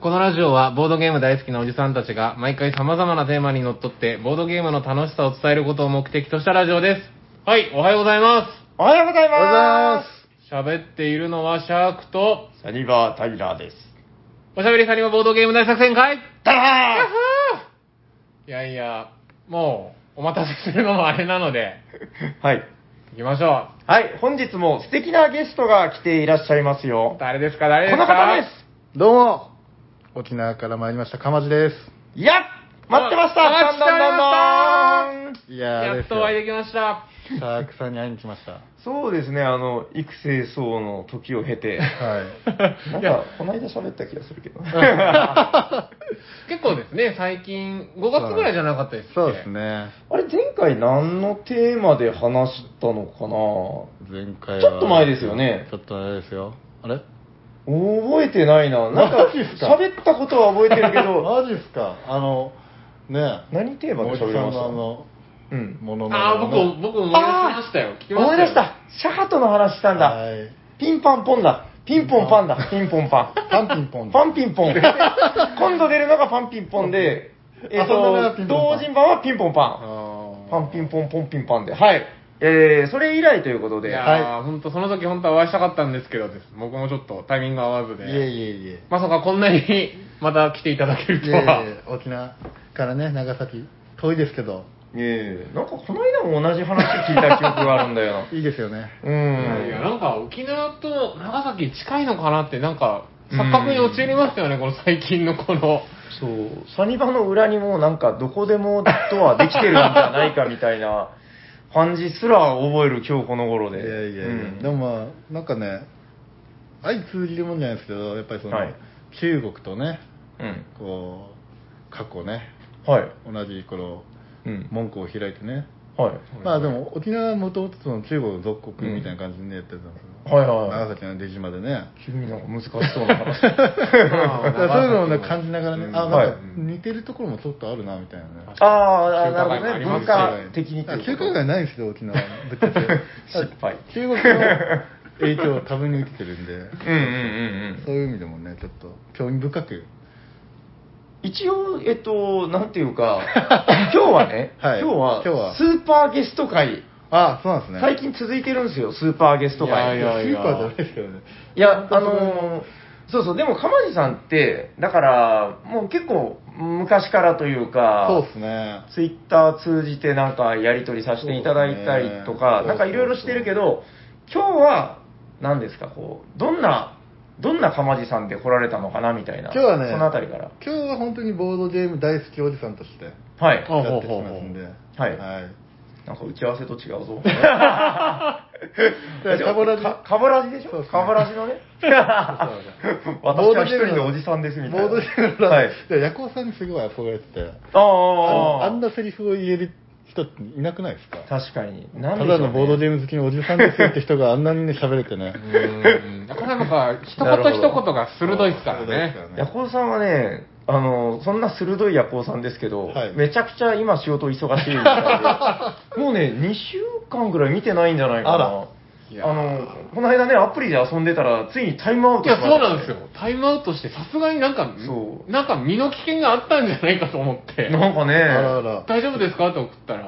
このラジオはボードゲーム大好きなおじさんたちが毎回様々なテーマにのっとってボードゲームの楽しさを伝えることを目的としたラジオです。はい、おはようございま。おはようございますおはようございます喋っているのはシャークと、サニバー・タイラーです。おしゃべりサニバボードゲーム大作戦会ダラいやいや、もう、お待たせするのもあれなので、ーはい。行きましょはい、本日も素敵なゲストが来ていらっしゃいますう。よ。誰ですか、誰でこすかの方ですどうも、沖縄から参りました、かまじでいや待ってましたあどんどんどんどんす。いやーやでっすとよお会いできました。 シャークさんに会いに来ました。そうですね、あの、育成層の時を経 て、はい。なんか、この間喋った気がするけど。結構ですね、最近、5月ぐらいじゃなかったですっけそうです。ね。 あれ、前回何のテーマで話したのかな前回は。ちょっと前ですよねちょっと前ですよ。あれ覚えてないな。なんかマジっす、か喋ったことは覚えてるけ ど、 マジっすかあの、ねえ。何テーマで喋りましたおじさんのうんあの、。ものああ、僕、僕思い出しましたよ。聞きましたよ。思い出したシャハトの話したんだ、はいピンパンポンだピンポンパン だピンポンパンパンピンポン。パンピン ポン今度出るのがパンピンポンで、えっ遊んだのがとピンポンパ同ン人版はピンポンパンあーパンピンポンポンピンパンではいえー、それ以来ということいで、やー、ほんと、その時本当はお会いしたかったんですけどです。僕もちょっとタイミング合わずで。いえいえいえ。まさかこんなにまた来ていただけるいえといは。え、沖縄からね、長崎、遠いですけど、えーなんかこの間も同じ話聞いた記憶があるんだよ いいですよね。ういや、んなんか沖縄と長崎近いのかなって、なんか、錯覚に陥りましたよね、この最近のこの。そうサニバの裏にもなんかどこでもドアできてるんじゃないかみたい な感じすら覚える今日この頃いでやいやいや、うんでもまあなんかね相通じるもんじゃないですけどやっぱりその、はい中国とねうんこう過去ねはい。同じ頃うん。門戸を開いてね、はい。まあでも沖縄はもともとその中国の属国みたいな感じでね、やってたんですよはいはいはい長崎の出島でね急になんか難しそうな 話。だからそういうのをね感じながらね、あはないんか似てるところもちょっとあるなみたいなねああ、なるほど中ね。華街文もあ化的にっていうこと。中華街ないんですよ沖縄ぶっち ゃけ失敗中国の影響を多分に受けてるんでうんうんうんうそん。ういう意味でもね、ちょっと興味深く。一応、えっと、なんていう か、今日はね、はい今日は、今日はスーパーゲスト会、あそうなんですね。最近続いてるんですよ、スーパーゲスト会。いいややいいやや、スーパーじゃないですけどね。いや、あのーそうそう、でも、かまじさんって、だから、もう結構、昔からというか、そうですね。ツイッター通じてなんかやり取りさせていただいたりとか、そうなですねんかいろいろしてるけど、今日は何ですか、こう、どんな、どんなかまじさんで来られたのかなみたいな。今日はね、そのあたりから。今日は本当にボードゲーム大好きおじさんとしてはい。あやってきますんで。ほうはいはい。なんか打ち合わせと違う ぞ。でカボラジかカボラジでしそうょですねカボラジ のね。ボー私ドは一ゲーム人のおじさんですみたいな。ボードゲームの、ははいい。。で、ヤコウさんにすごい憧れてて、ああああんなセリフを言える人っていなくないですか確かに。たなんでしょうだねのボードゲーム好きのおじさんですよって人があんなにね、喋れ てね。うん。これなんか、一言一言が鋭いですからそうですね。ヤコウさんはね、あの、そんな鋭いヤコウさんですけど、はいめちゃくちゃ今仕事忙しいみたい で、もうね、2週間ぐらい見てないんじゃないかな。ああらいやーの、この間ね、アプリで遊んでたら、ついにタイムアウいトしや、まそしうたね、なんですよ。タイムアウトして、さすがになんかそ、うなんか身の危険があったんじゃないかと思って、なんかね、あらあら。大丈夫ですかって送ったら、い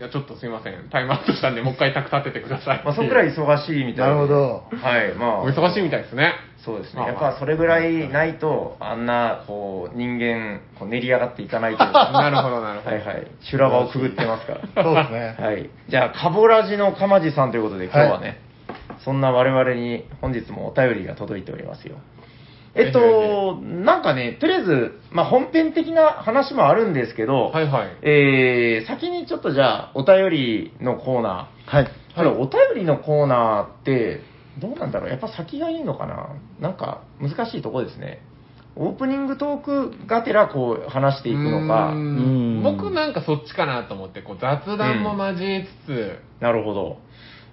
や、ちょっとすいません、タイムアウトしたんで、もう一回宅立ててくださいっていう。まあ、そんくらい忙しいみたいな。なるほどはい、まあ。お忙しいみたいですね。そうですまね。あやっまあぱそれぐらいないと、あんな、こう、人間、こう練り上がっていかないというか。 なるほど、なるほはど。いはい。修羅場をくぐってますから。そうですね。はい。じゃあ、カボラジのかまじさんということで、今日はね、そんな我々に本日もお便りが届いておりますよ。えっと、なんかね、とりあえず、まあ、本編的な話もあるんですけど、はいはい。えー、先にちょっとじゃあ、お便りのコーナはい。ー。これ、お便りのコーナーって、どうなんだろうやっぱ先がいいのかななんか、難しいとこですね。オープニングトークがてら、こう、話していくのかうー。うんん僕なんかそっちかなと思って、こう雑談も交えつつ、なるほど。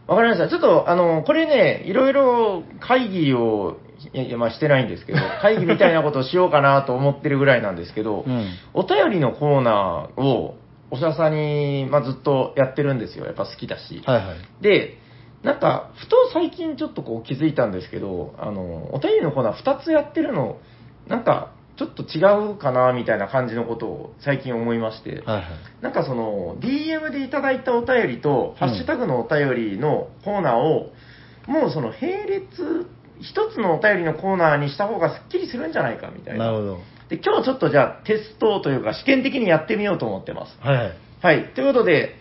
わかりました。ちょっと、あの、これね、いろいろ会議を、いやいや、まあしてないんですけど、 会議みたいなことをしようかなと思ってるぐらいなんですけど、うんお便りのコーナーを、おしゃさんに、まあ、ずっとやってるんですよ。やっぱ好きだし。はいはい。で、なんか、ふと最近ちょっとこう気づいたんですけど、あの、お便りのコーナー2つやってるの、なんか、ちょっと違うかなみたいな感じのことを最近思いまして、はいはい。なんかその DM でいただいたお便りと、ハッシュタグのお便りのコーナーを、もうその並列、一つのお便りのコーナーにした方がすっきりするんじゃないかみたいな。なるほど。で、今日ちょっとじゃあテストというか試験的にやってみようと思ってます。はいはい。はい。ということで、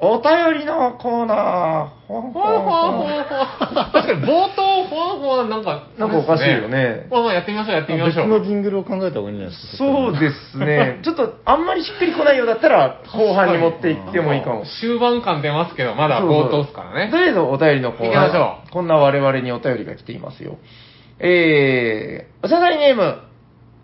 お便りのコーナー、ほんほほんわほわほ ほんわほわ。確かに冒頭、ほわほわ、なんか、なんかおかしいよね。まあまあやってみましょう、やってみましょ別のう。ジングルを考えた方がいいんじゃないですか。そうですね。 ちょっとあんまりしっくりこないようだったら、後半に持っていってもいいかも。終盤感出ますけど、まだそうそう冒頭っすからとね。りあえずお便りのコー行きましょナー。こんな我々にお便りが来ていますよ。えー、おしゃべりネーム、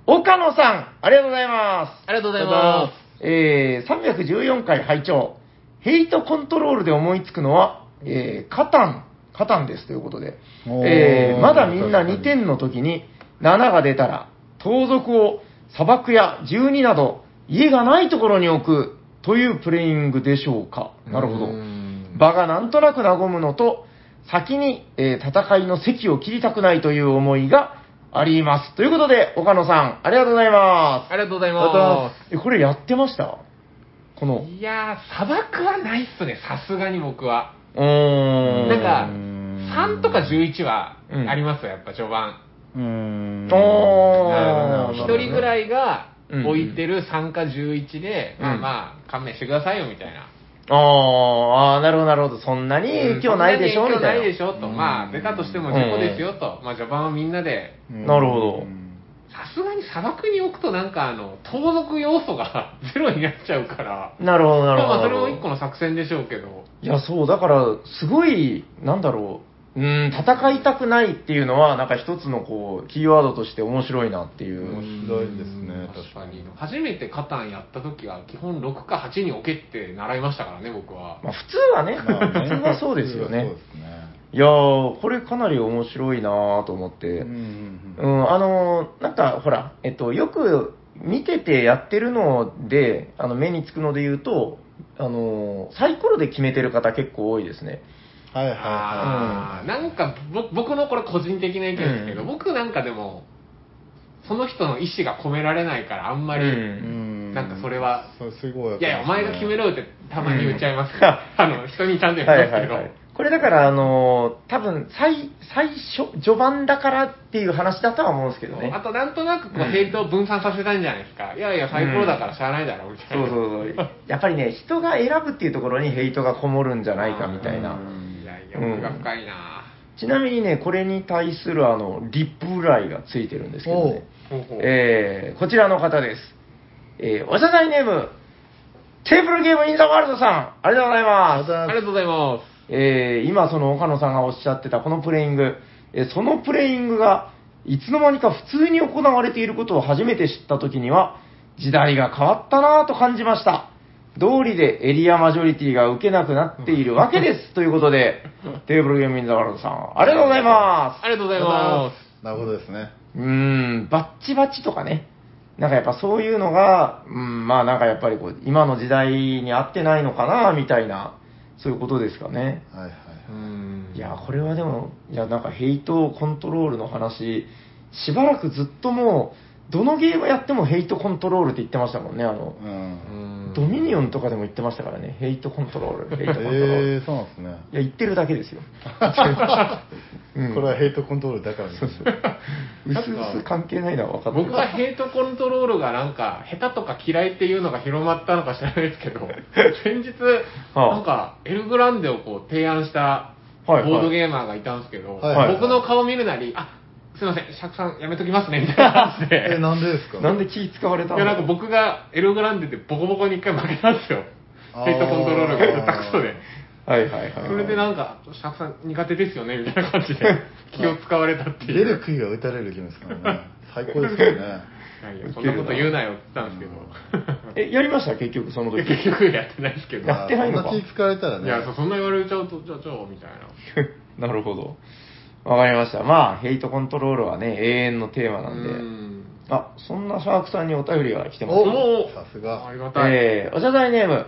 岡野さん、ありがとうございます。ありがとうございまえー、314回拝聴ヘイトコントロールで思いつくのは、えー、カタン、カタンですということで、おーえー、まだみんな2点の時に7が出たら、盗賊を砂漠や12など、家がないところに置くというプレイングでしょうか。す。なるほどう。ん場がなんとなく和むのと、先に、えー戦いの席を切りたくないという思いがあります。ということで、岡野さん、ありがとうございまありがとうございす。ままた、え、これやってましたこのす。、いやー、砂漠はないっすね、さすがに僕は。うーん。なんか、ん3とか11はうんありますよ、やっぱ序盤。うーおん。ーなるほうん一どなるほど人ぐらいがうん置いてる3か11で、うんまあまあ、勘弁してくださいよ、みたいな。あーあー、なるほど、なるほど。そんなにうん影響ないでしょ、そんみたないにな。影響ないでしょ、と。まあ、出たとしても事故ですよ、と。まあ、序盤はみんなで、なるほどうんさすがに砂漠に置くとなんか、あの、盗賊要素が ゼロになっちゃうから。なるほど、なるほど。まあ、それも一個の作戦でしょうけど。いや、そう、だから、すごい、なんだろう、うーん、戦いたくないっていうのは、なんか一つのこう、キーワードとして面白いなっていう。面白いですね、確確かかにに。。初めてカタンやった時は、基本6か8に置けって習いましたからね、僕は。まあ、普通は ね、普通はそうですよねそう。ですねいやー、これかなり面白いなーと思って。うんううんん、あのーなんかほら、えっと、よく見ててやってるので、あの目につくので言うと、あのーサイコロで決めてる方結構多いですね。うんはいはいはあーなんかぼ僕のこれ個人的な意見ですけど、うん僕なんかでもその人の意思が込められないからあんまり、うい。うんんなんかそれは、そうすごい。いやいやお前が決める。ろよってたまに言っちゃいます、うんあの人にちゃんと言いまはすいはけいど、はい。これだから、あのー多分最、最初、序盤だからっていう話だとは思うんですけどねあ。となんとなくこううんヘイトを分散させたいんじゃないですか、いやいやサイコロだからしゃあないだろみたいそな、うそうそう。やっぱりね、人が選ぶっていうところにヘイトがこもるんじゃないかみたいな。うんいやいや奥が深いな、ちなみにね、これに対するあの、リプライがついてるんですけどね。ほうほうえーこちらの方です。えーおしゃさいネーム、テーブルゲームインザワールドさん、ありがとうございあます。ありがとうございまえー今その岡野さんがおっしゃってたこのプレイング、えーそのプレイングがいつの間にか普通に行われていることを初めて知った時には、時代が変わったなぁと感じました。道理でエリアマジョリティが受けなくなっているわけで す。ということで、テーブルゲームインザワールドさん、ありがとうございますす。ありがとうございまなるほどですね。うーん、バッチバチとかね。なんかやっぱそういうのが、うん、まあなんかやっぱりこう、今の時代に合ってないのかな、みたいな、そういうことですかね。はいはい。すうんいや、これはでも、いや、なんかヘイトコントロールの話、しばらくずっともう、どのゲームやってもヘイトコントロールって言ってましたもんね、あの、うん。うんドミニオンとかでも言ってましたからね、ヘイトコントロ ール、ヘイトコントロール。えー、そうなんですね。いや、言ってるだけですよ。うんこれはヘイトコントロールだからね。 うすうす関係ないのは分かってる僕はヘイトコントロールがなんか、下手とか嫌いっていうのが広まったのか知らないですけど、先日、あなんか、エルグランデをこう提案したボはいはいードゲーマーがいたんですけど、はいはい僕の顔見るなり、あ、すいません、シャクさんやめときますね、みたいな感じで。え、なんでですかなんで気使われたいや、なんか僕がエルグランデでボコボコに一回負けたんですよ。ヘイトコントロールが下手くそで。はいはいはい。それでなんか、シャクさん苦手ですよね、みたいな感じで気を使われたってい出う。る杭は打たれるゲームですからね。最高ですよね。いやいやそんなこと言うなよって言ったんですけど。え、やりました結局その 時。結局やってないですけど。やってないのかまあそんな気使われたらね。いや、そそんな言われちゃうと、じゃあ、じゃあ、みたいな。 なるほど。わかりました。まあ、ヘイトコントロールはね、永遠のテーマなんで。うんあ、そんなシャークさんにお便りが来てます。おおさすがありがたい。えーおしゃべりネーム、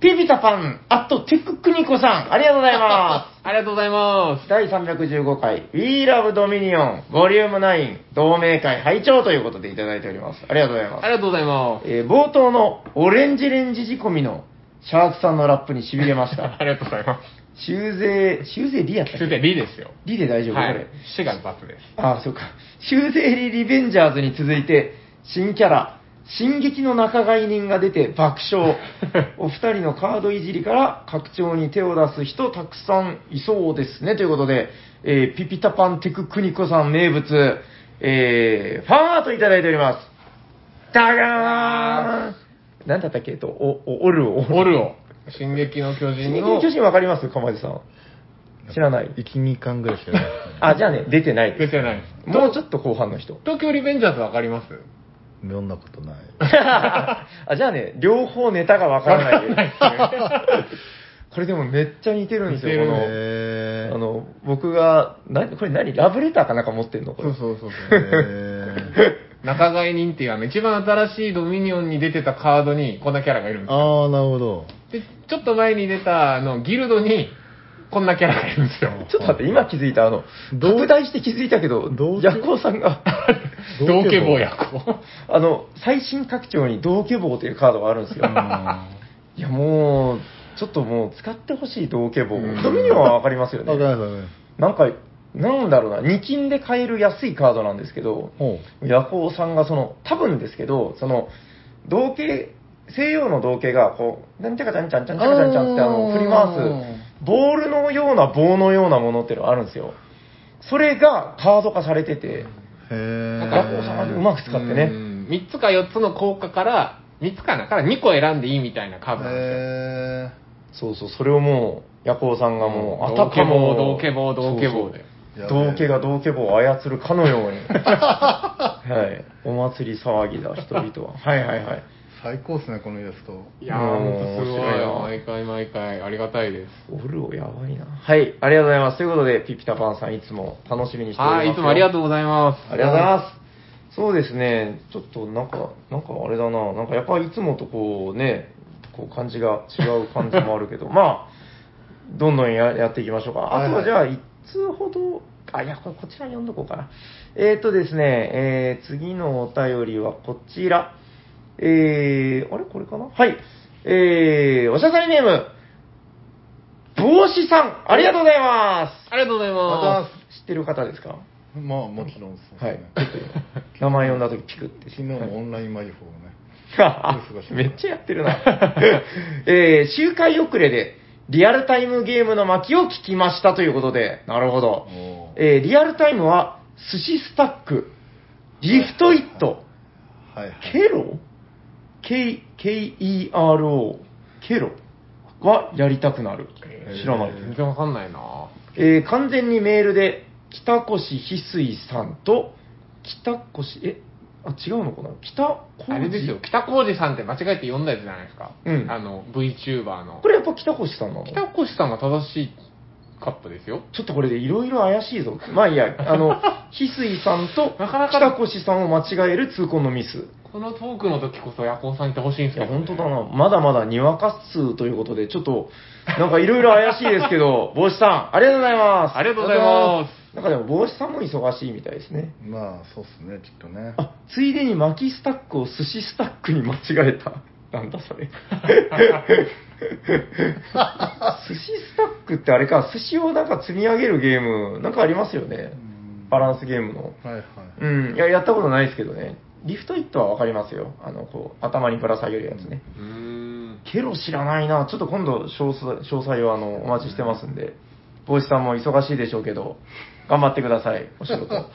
ピピタパン、あとテククニコさん、ありがとうございます。 ありがとうございます。第315回 We Love Dominion Vol.9 同盟会拝聴ということでいただいております。ありがとうございますあ。りがとうございます。えー冒頭のオレンジレンジ仕込みのシャークさんのラップに痺れました あ。りがとうございま修正、修正 D やったす。っそれでけリですよ。 ?D で大丈夫、はこいれ。。死が罰です。ああ、そうか。修正リリベンジャーズに続いて、新キャラ、進撃の仲買人が出て爆 笑。お二人のカードいじりから拡張に手を出す人たくさんいそうですね。ということで、えーピピタパンテククニコさん名物、えーファンアートいただいております。ダガーン何だったっけえっと、お、お、おるを。オルオ。進撃の巨進人撃のの巨人わかりますかまじさん。知らない。。1、2巻ぐらいしかないですねあ、じゃあね、出てない出です。てないです。もうちょっと後半の人。東京リベンジャーズわかります読んだことない。あ、じゃあね、両方ネタがわからないこれでもめっちゃ似てるんですよ、似てるこへの、あの、僕が、な、これ何ラブレターかなんか持ってんのこれ。そうそうそうそう。へ仲買人っていうあの一番新しいドミニオンに出てたカードにこんなキャラがいるんーですよ。ああ、なるほど。で、ちょっと前に出たあのギルドにこんなキャラがいるんですよ。ちょっと待って、今気づいた、あの、どう拡大して気づいたけどど、うヤコウさんが、 同家坊やこあの、最新拡張に同家棒というカードがあるんですよ。あいや、もう、ちょっともう使ってほしい同家棒。うんドミニオンはわかりますーよわかりね。ました、わかりましなんか、なんだろうな、2金で買える安いカードなんですけどた。、ほヤコウさんがその、多分ですけど、その、同型、西洋の同型が、こう、なんちゃかちゃんちゃんちゃんちゃかちゃんちゃんってあのあー振り回す、ボールのような棒のようなものっていうのがあるんですよ。それがカード化されてて、う。へえ。ヤコウさんがうまく使ってね。 3つか4つの効果から、3つかなから2個選んでいいみたいなカードなんですよ。へそうそう、それをもう、ヤコウさんがもう、あ同たかも、同家棒、同家棒で。ー同家。が同家棒を操るかのよ うに。はい。お祭り騒ぎだ、人々は。はいはいはい。最高っすね、このイラスト。いやー、ほんとすご面白いいなよ。毎回毎回、ありがたいです。オルオやばいな。はい、ありがとうございます。ということで、ピピタパンさんいつも楽しみにしております。はい、いつもありがう。とうございます。ありがとうございます。そうですね、ちょっとなんか、なんかあれだな、なんかやっぱいつもとこうね、こう感じが違う感じもある けど、まあ、どんどんややっていきましょうか。あとはじゃあ、一通ほど、あ、いや、これこちら読んどこうかな。えっ、ー、とですね、えー、次のお便りはこちら。えー、あれこれかなはい。えー、おしゃさりネーム、帽子さん、ありがとうございま。ありがとうございます知ってる方ですかまあ、もちろんそうはい ですね。。名前呼んだ時ピクって昨日もオンラインマギフォーをね。 めっちゃやってる な。えー、周回遅れで、リアルタイムゲームの巻を聞きましたということで、なるほど。おーえー、リアルタイムは、寿司スタック、リフトイット、はいはい。ケロ ?K、K-E-R-O、ケロはやりたくなる。知らない。す。全然わかんないなえー完全にメールで、北越翡翠さんと、北越、え、あ、違うのかな北越あれですよ、北浩二さんって間違えて読んだやつじゃないですか。うんあの、VTuber のこ。れやっぱ北越さんなの北越さんが正しいカップですよ。ちょっとこれでいろいろ怪しいぞ。まあいいや、あの、翡翠さんとなかなか北越さんを間違える痛恨のミス。このトークの時こそ夜行さんいてほしいんですいけや、ど、ね。本当だな。まだまだにわか数ということで、ちょっと、なんかいろいろ怪しいですけど、帽子さん、ありがとうございます。ありがとうございますす。なんかでも帽子さんも忙しいみたいですね。まあ、そうっすね、きっとね。あ、ついでに巻きスタックを寿司スタックに間違えた。なんだそれ。寿司スタックってあれか、寿司をなんか積み上げるゲーム、なんかありますよねう。んバランスゲームの。はいはい。うん、いや、やったことないですけどね。リフトイットはわかりますよ。あの、こう、頭にぶら下げるやつね。うーん。ケロ知らないな。ちょっと今度、詳細、詳細をあの、お待ちしてますんで。帽子さんも忙しいでしょうけど、頑張ってください、お仕事。頑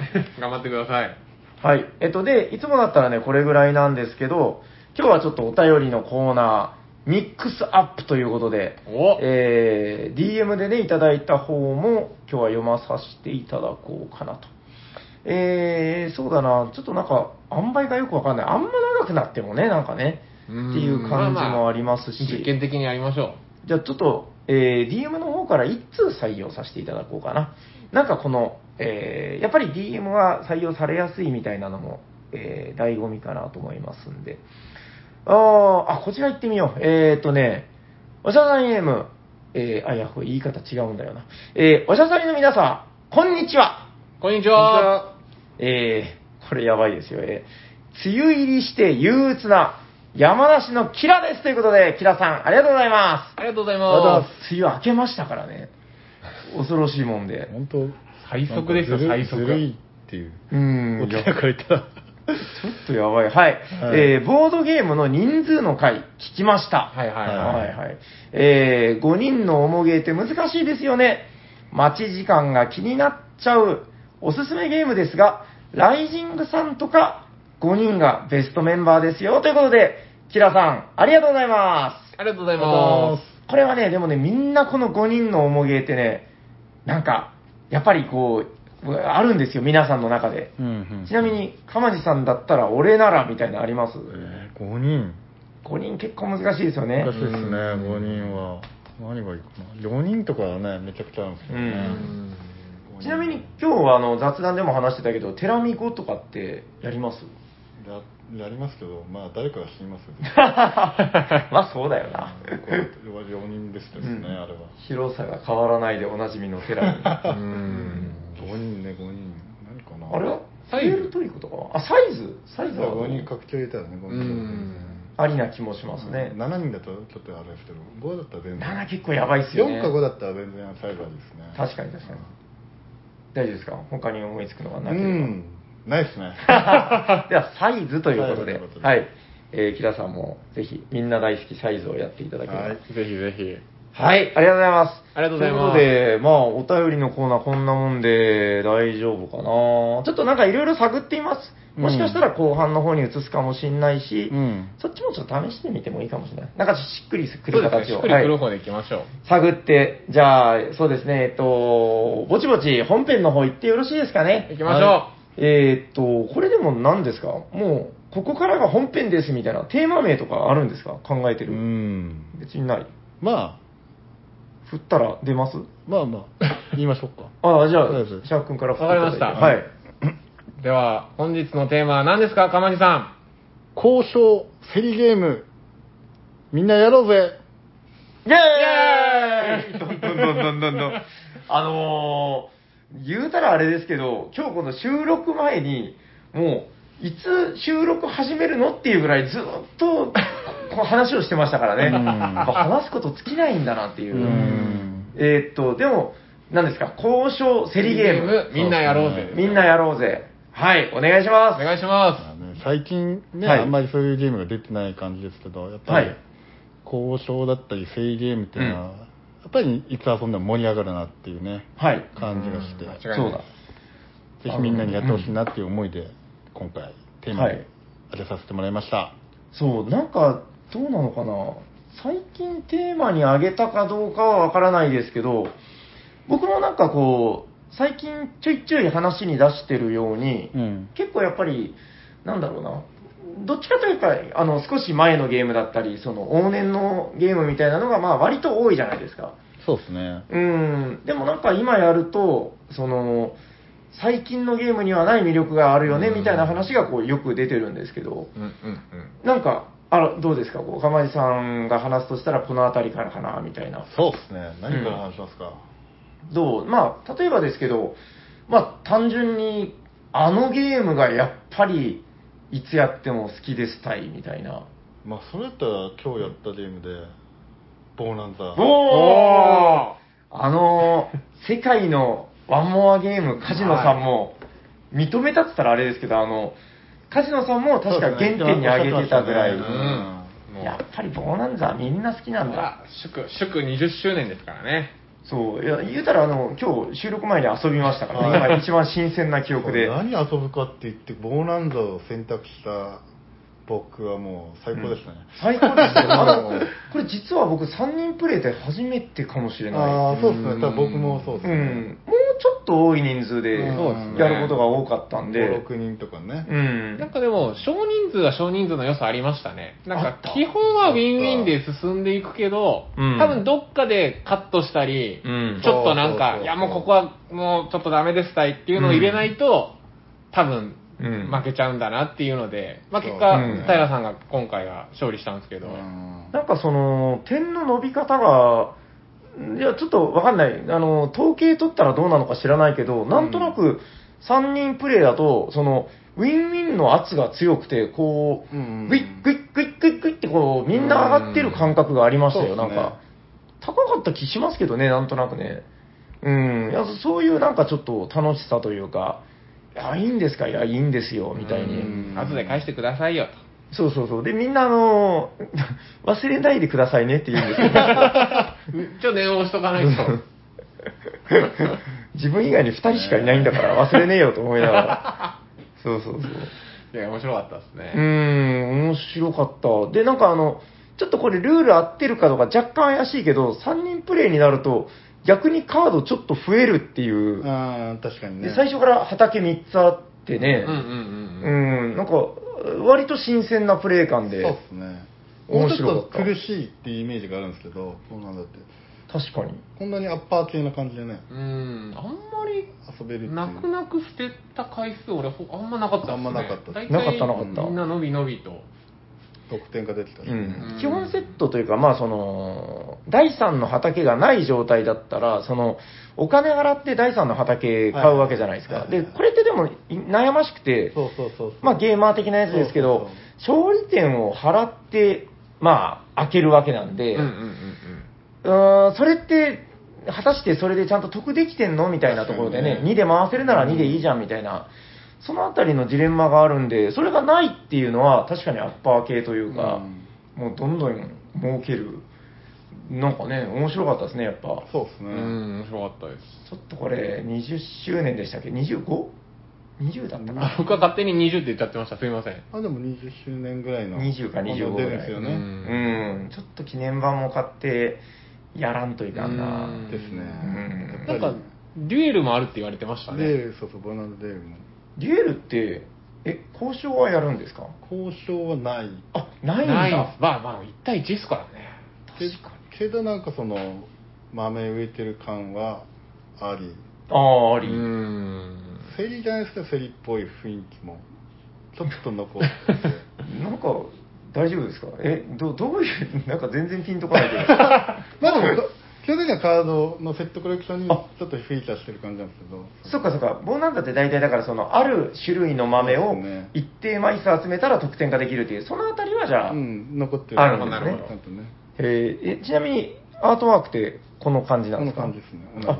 張ってください。はい。えっと、で、いつもだったらね、これぐらいなんですけど、今日はちょっとお便りのコーナー、ミックスアップということで、おえー DM でね、いただいた方も、今日は読まさせていただこうかなと。えー、そうだな、ちょっとなんか、塩梅がよくわかんない。あんま長くなってもね、なんかね、ってうんいう感じもありますし、実験的にやりましょじゃあちょっと、えー DM の方から1通採用させていただこうかな。なんかこの、えーやっぱり DM は採用されやすいみたいなのも、えー醍醐味かなと思いますんで。あーあ、こちら行ってみよう。えー、っとね、おしゃさんゲーム、えー、あ、いや、これ言い方違うんだよな。えー、おしゃさんの皆さん、こんにちはこんにちは。えー、これやばいですよ、えー、梅雨入りして憂鬱な山梨のキラですということで、キラさん、ありがとうございます。ありがとうございまだます。梅雨明けましたからね。恐ろしいもんで。本当最速ですよなんか最速ずるいっていう。うんお手から言ったら。ちょっとやばい。はい。えー、ボードゲームの人数の回、聞きました。はいはいはいはいはいえー、5人の重ゲーって難しいですよね。待ち時間が気になっちゃうおすすめゲームですが、ライジングさんとか5人がベストメンバーですよ。ということで、キラさん、ありがとうございます。ありがとうございあまりがとうございますす。これはね、でもね、みんなこの5人の重ゲーってね、なんか、やっぱりこう、あるんですよ、皆さんの中で。うんうんちなみ。に、鎌地さんだったら俺ならみたいなのありますえー、5人。 ?5 人結構難しいですよね難。しいですね、5人は。何がいいかな。4人とかはね、めちゃくちゃあるんですよううね。んちなみに今日はあの雑談でも話してたけど、テラミコとかってやりますややりますけど、まあ、誰かが死にますよ。 まあそうだよな。 4人ですですね、あれは。広さが変わらないでおなじみのテラミコ。あうん5人ね、5人。何か な。れはササイズイルトリコとかはあ、サイズサイズは5人拡張入れたらね、5う人。ん。ありな気もしますね。 7人だとちょっとあれですけど、5だったら全然。 7結構やばいっすよね。 4か5だったら全然サイバーですね。確かに確かに。大丈夫ですか他に思いつくのがなけうれば。ん。ないですね。 では、サイズということで、サイズということではい。えー、キラさんも、ぜひ、みんな大好きサイズをやっていただければ。ははいい、、ぜひぜひ。ありがとうございます。ありがとうございますということで、まあ、お便りのコーナーこんなもんで、大丈夫かなちょっとなんかいろいろ探っています。もしかしたら後半の方に移すかもしれないし、うん。そっちもちょっと試してみてもいいかもしれない。なんかしっくりそくうるですね。形しを。っくりくる方でいきましょう。探って、じゃあ、そうですね、えっと、ぼちぼち本編の方行ってよろしいですかね。行きましょうえーっと、これでも何ですかもう、ここからが本編ですみたいなテーマ名とかあるんですか考えて うる、ん。別にない。まあ、振ったら出ますまあまあ、言いましょうか。ああ、じゃあそうです、シャーク君から振っていだいてわかはりい。では、本日のテーマは何ですか、かまじさん。交渉、競りゲーム、みんなやろうぜイェーイどんどんどんどんどんどん。 あのー、言うたらあれですけど、今日この収録前に、もう、いつ収録始めるのっていうぐらいずっと、この話をしてましたからね。うんやっぱ話すこと尽きないんだなっていうう。ん。えーっと、でも、何ですか、交渉、競りゲーム。みんなやろうそうぜで。みんなやろうぜ。はい、お願いしおます。願いしままあね最近ね、はいあんまりそういうゲームが出てない感じですけど、やっぱり、はい交渉だったり、競りゲームっていうのは、やっぱりいつ遊んでも盛り上がるなっていうね、はい。感じがして、うん間違いぜないそうだ。ひみんなにやってほしいなっていう思いで、今回、テーマに当てさせてもらいました。そう、なんか、どうなのかな、最近テーマに挙げたかどうかはわからないですけど、僕もなんかこう、最近ちょいちょい話に出してるように、うん。結構やっぱり、なんだろうな、どっちかというと、あの、少し前のゲームだったり、その、往年のゲームみたいなのが、まあ、割と多いじゃないですか。そうですね。うん、でもなんか今やると、その、最近のゲームにはない魅力があるよね、うんみたいな話がこう、よく出てるんですけど、す。うんうんなんか、あら、どうですか、こう、かまじさんが話すとしたら、この辺りからかな、みたいな。そうですね。何から話しますか。どうまあ、例えばですけど、まあ、単純に、あのゲームがやっぱり、いつやっても好きですたい、みたいな。まあ、それやったら今日やったゲームで、ボーナンザ。うん。おーあのー世界のワンモアゲーム、カジノさんも、認めたって言ったらあれですけど、あの、カジノさんも確かそう原です点ねに挙げてたぐらい、ううんん。やっぱりボーナンザみんな好きなんほだ。ら、祝、祝20周年ですからね。そう、いや、言うたらあの、今日収録前に遊びましたからね、今一番新鮮な記憶で。何遊ぶかって言って、ボーナンザを選択した僕はもう最高でしたね。最高ですよ。まだ、これ実は僕3人プレイで初めてかもしれない。ああ、そうですね。多分僕もそうでうすね。ん。もうちょっと多い人数で、うんそうですねやることが多かったんで。 5、6人とかね。うん。なんかでも、少人数は少人数の良さありましたね。なあんっか、た基本はウィンウィンで進んでいくけど、うん多分どっかでカットしたり、うんちょっとなんそうそうそうそか、ういやもうここはもうちょっとダメでしたいっていうのを入れないと、多分うん負けちゃうんだなっていうので、まあ、結うん果、平さんが今回は勝利したんですけど、うんなんかその、点の伸び方が、いや、ちょっとわかんない。あの、統計取ったらどうなのか知らないけど、なんとなく3人プレイだと、その、ウィンウィンの圧が強くて、こう、うんグイッグイッグイッグイッグイッってこう、みんな上がってる感覚がありましたよ、うんなんそうですか。高かった気しますけどね、なんとなくね。うん。いや、そういうなんかちょっと楽しさというか、いや、いいんですかいや、いいんですよ、みたいに。うん後で返してくださいよと。そうそうそう。で、みんな、あの、 忘れないでくださいねって言うんですよ。ちょっと念を押しとかないと。自分以外に2人しかいないんだから忘れねえよと思いながら。そうそうそう。いや、面白かったですうーね。ん、面白かった。で、なんかあの、ちょっとこれルール合ってるかとか若干怪しいけど、3人プレイになると、逆にカードちょっと増えるっていう。あー確かにねで、最初から畑3つあってねうん、うんううんうん。ん、なんか、割と新鮮なプレイ感でそう、ですねも面うち白かょっったと苦しいっていうイメージがあるんですけどこんなんだって確かに。こんなにアッパー系な感じでねうん、あんまり、遊べるっていう泣く泣く捨てた回数、俺、ほあんまなかったっすねあんまなかった大体なかったなかったみんな伸び伸びと。得点が出てたしねうん基本セットというか、まあ、その第3の畑がない状態だったら、そのお金払って第3の畑買うわけじゃないですか、はいでこれってでもい悩ましくて、そうそうそうそうまあ、ゲーマー的なやつですけど、勝利点を払って、まあ、開けるわけなんで、ううんうんうんんうん。それって、果たしてそれでちゃんと得できてんのみたいなところでね確か2にねで回せるなら2でいいじゃんみたいな。そのあたりのジレンマがあるんで、それがないっていうのは確かにアッパー系というか、うんもうどんどん儲ける。なんかね、面白かったですね、やっぱ。ちょそうですうね、ん、面白かったです。っとこれ、20周年でしたっけ ?25?20 だったかあな僕は勝手に20って言っちゃってました。すみません。あでも20周年ぐらいの20か25ぐ出らいるんですよね、うんうん、ちょっと記念版も買って、やらんといかんな。うんですね、んなんか、デュエルもあるって言われてましたね。でそうそうバナナデールもデュエルって、え、交渉はやるんですか交渉はないあ、ないんないんだす。。まあまあ、1対1ですからね。けけどなんかその豆植えてる感はありああ、うあーり。ん。セリじゃないですかセリっぽい雰囲気もちょっと残ってて なんか、大丈夫ですかえ、どどういう、なんか全然ピンとこな いけど。まあでも 基本的にはカードのセットコレクションにちあょっとフィーチャーしてる感じなんですけどそっかそっか、ボーナンダって大体だからそのある種類の豆そうをですね一定枚数集めたら得点ができるっていう、そのあたりはじゃあ、うん残ってるあるんですねちゃんとねえーえちなみにアートワークってこの感じなこんでのすか感じですね同あ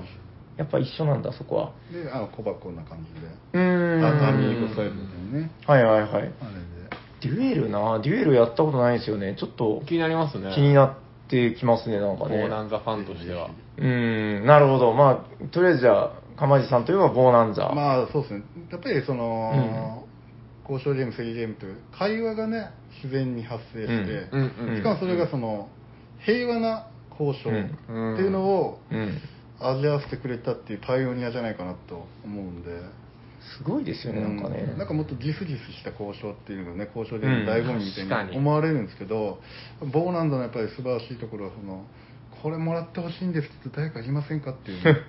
やっぱ一緒なんだ、そこは。じであの小箱な感じでうーん。アミーゴサイズみたいなねはいはいはい。あれでデュエルな、デュエルやったことないですよね。ちょっと気になりますね。気になってきますね、なんかね。ボーナンザファンとしては。うーん、なるほど。まあ、とりあえずじゃあ、釜地さんといえばボーナンザ。まあそうですねやっぱりその、交渉ゲームセリゲームという会話がね自然に発生して、うんうんしかもそれがその平和な交渉ってうんいうのをうん。味合わせてくれたっていうパイオニアじゃないかなと思うんで、すごいですよね、なんかね。うんなんかもっとギスギスした交渉っていうのがね交渉ゲームの醍醐味みうん確たいかにに思われるんですけど、ボーナンドのやっぱり素晴らしいところはそのこれもらってほしいんですって誰かいませんかっていうね、確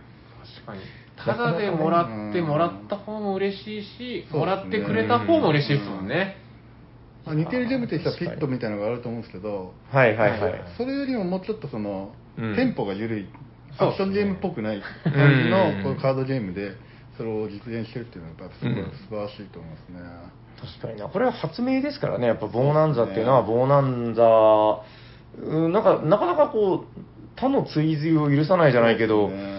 かに。ただでもらって、うんもらった方も嬉しいし、そもうですねらってくれた方も嬉しいですもんね。まあ似てるゲームって言ったらピットみたいなのがあると思うんですけどはいはいはい。それよりももうちょっとその、うんテンポが緩いそうアですねクションゲームっぽくない感じうんのこのカードゲームでそれを実現してるっていうのはやっぱすごい素晴らしいと思いますね、確かにな。これは発明ですからね、やっぱボーナンザっていうのは、そボーナンザ、うん、なんか、なかなかこう、他の追随を許さないじゃないけど、ね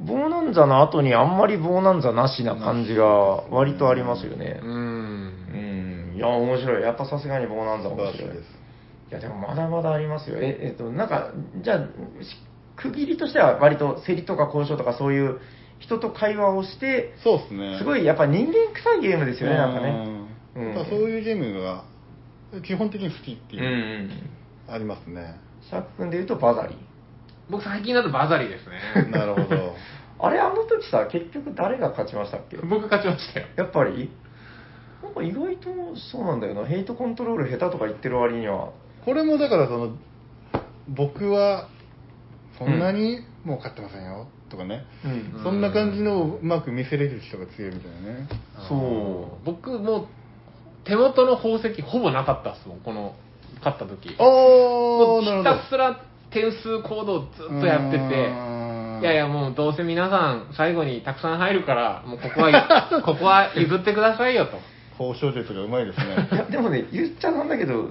ボーナンザの後にあんまりボーナンザなしな感じが割とありますよねう。。うんん、いや、面白い。やっぱさすがにボーナンザ面白い。素晴らしいですいや、でもまだまだありますよ。え、えっと、なんか、じゃあ、し区切りとしては割と競りとか交渉とかそういう人と会話をして、そうですねすごいやっぱ人間臭いゲームですよね、なんかね。ううんんやっぱそういうゲームが基本的に好きっうていんう、うん。ありま すねシャーク君で言うとバザリ。僕最近だとバザリです ね。なるほどあれ、あの時さ、結局誰が勝ちましたっけ僕勝ちましたよ。やっぱりなんか意外とそうなんだよな。ヘイトコントロール下手とか言ってる割には。これもだからその僕はそんなにもう買ってませんよ、とかね、うんそんな感じのをうまく見せれる人が強いみたいなね、そう僕もう手元の宝石ほぼなかったっすもんこの勝った時おもうー、なるほひたどすら点数行動をずっとやってていやいやもうどうせ皆さん最後にたくさん入るからもうここ はここは譲ってくださいよと交渉術がうまいですいねやでもね、言っちゃなんだけど、ん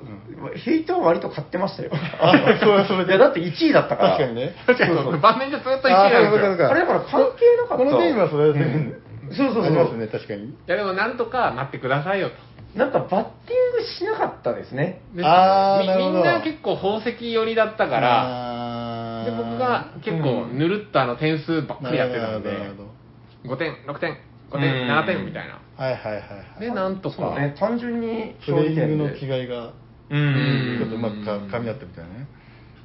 ヘイトは割と買ってましたよ。あそれはそれでいや、だって1位だったから。確かにねそうそう晩年じゃずっと1位あーなんでそういうすこよとかあれだから関係なかった。このゲームはそれはね、うんそうそうあそりますう。ね確かにいやでもなんとかなってくださいよとなんかバッティングしなかったですね。ですあーなるみほどみんな結構宝石寄りだったかららで僕が結構ぬるっとあの点数ばっかりやってたんで5点6点5う点ん7点みたいなはいはいはいはいでなんとそうかね、単純にプレイングので。違いがうちん。ょっとうまくか噛み合ったみたいなね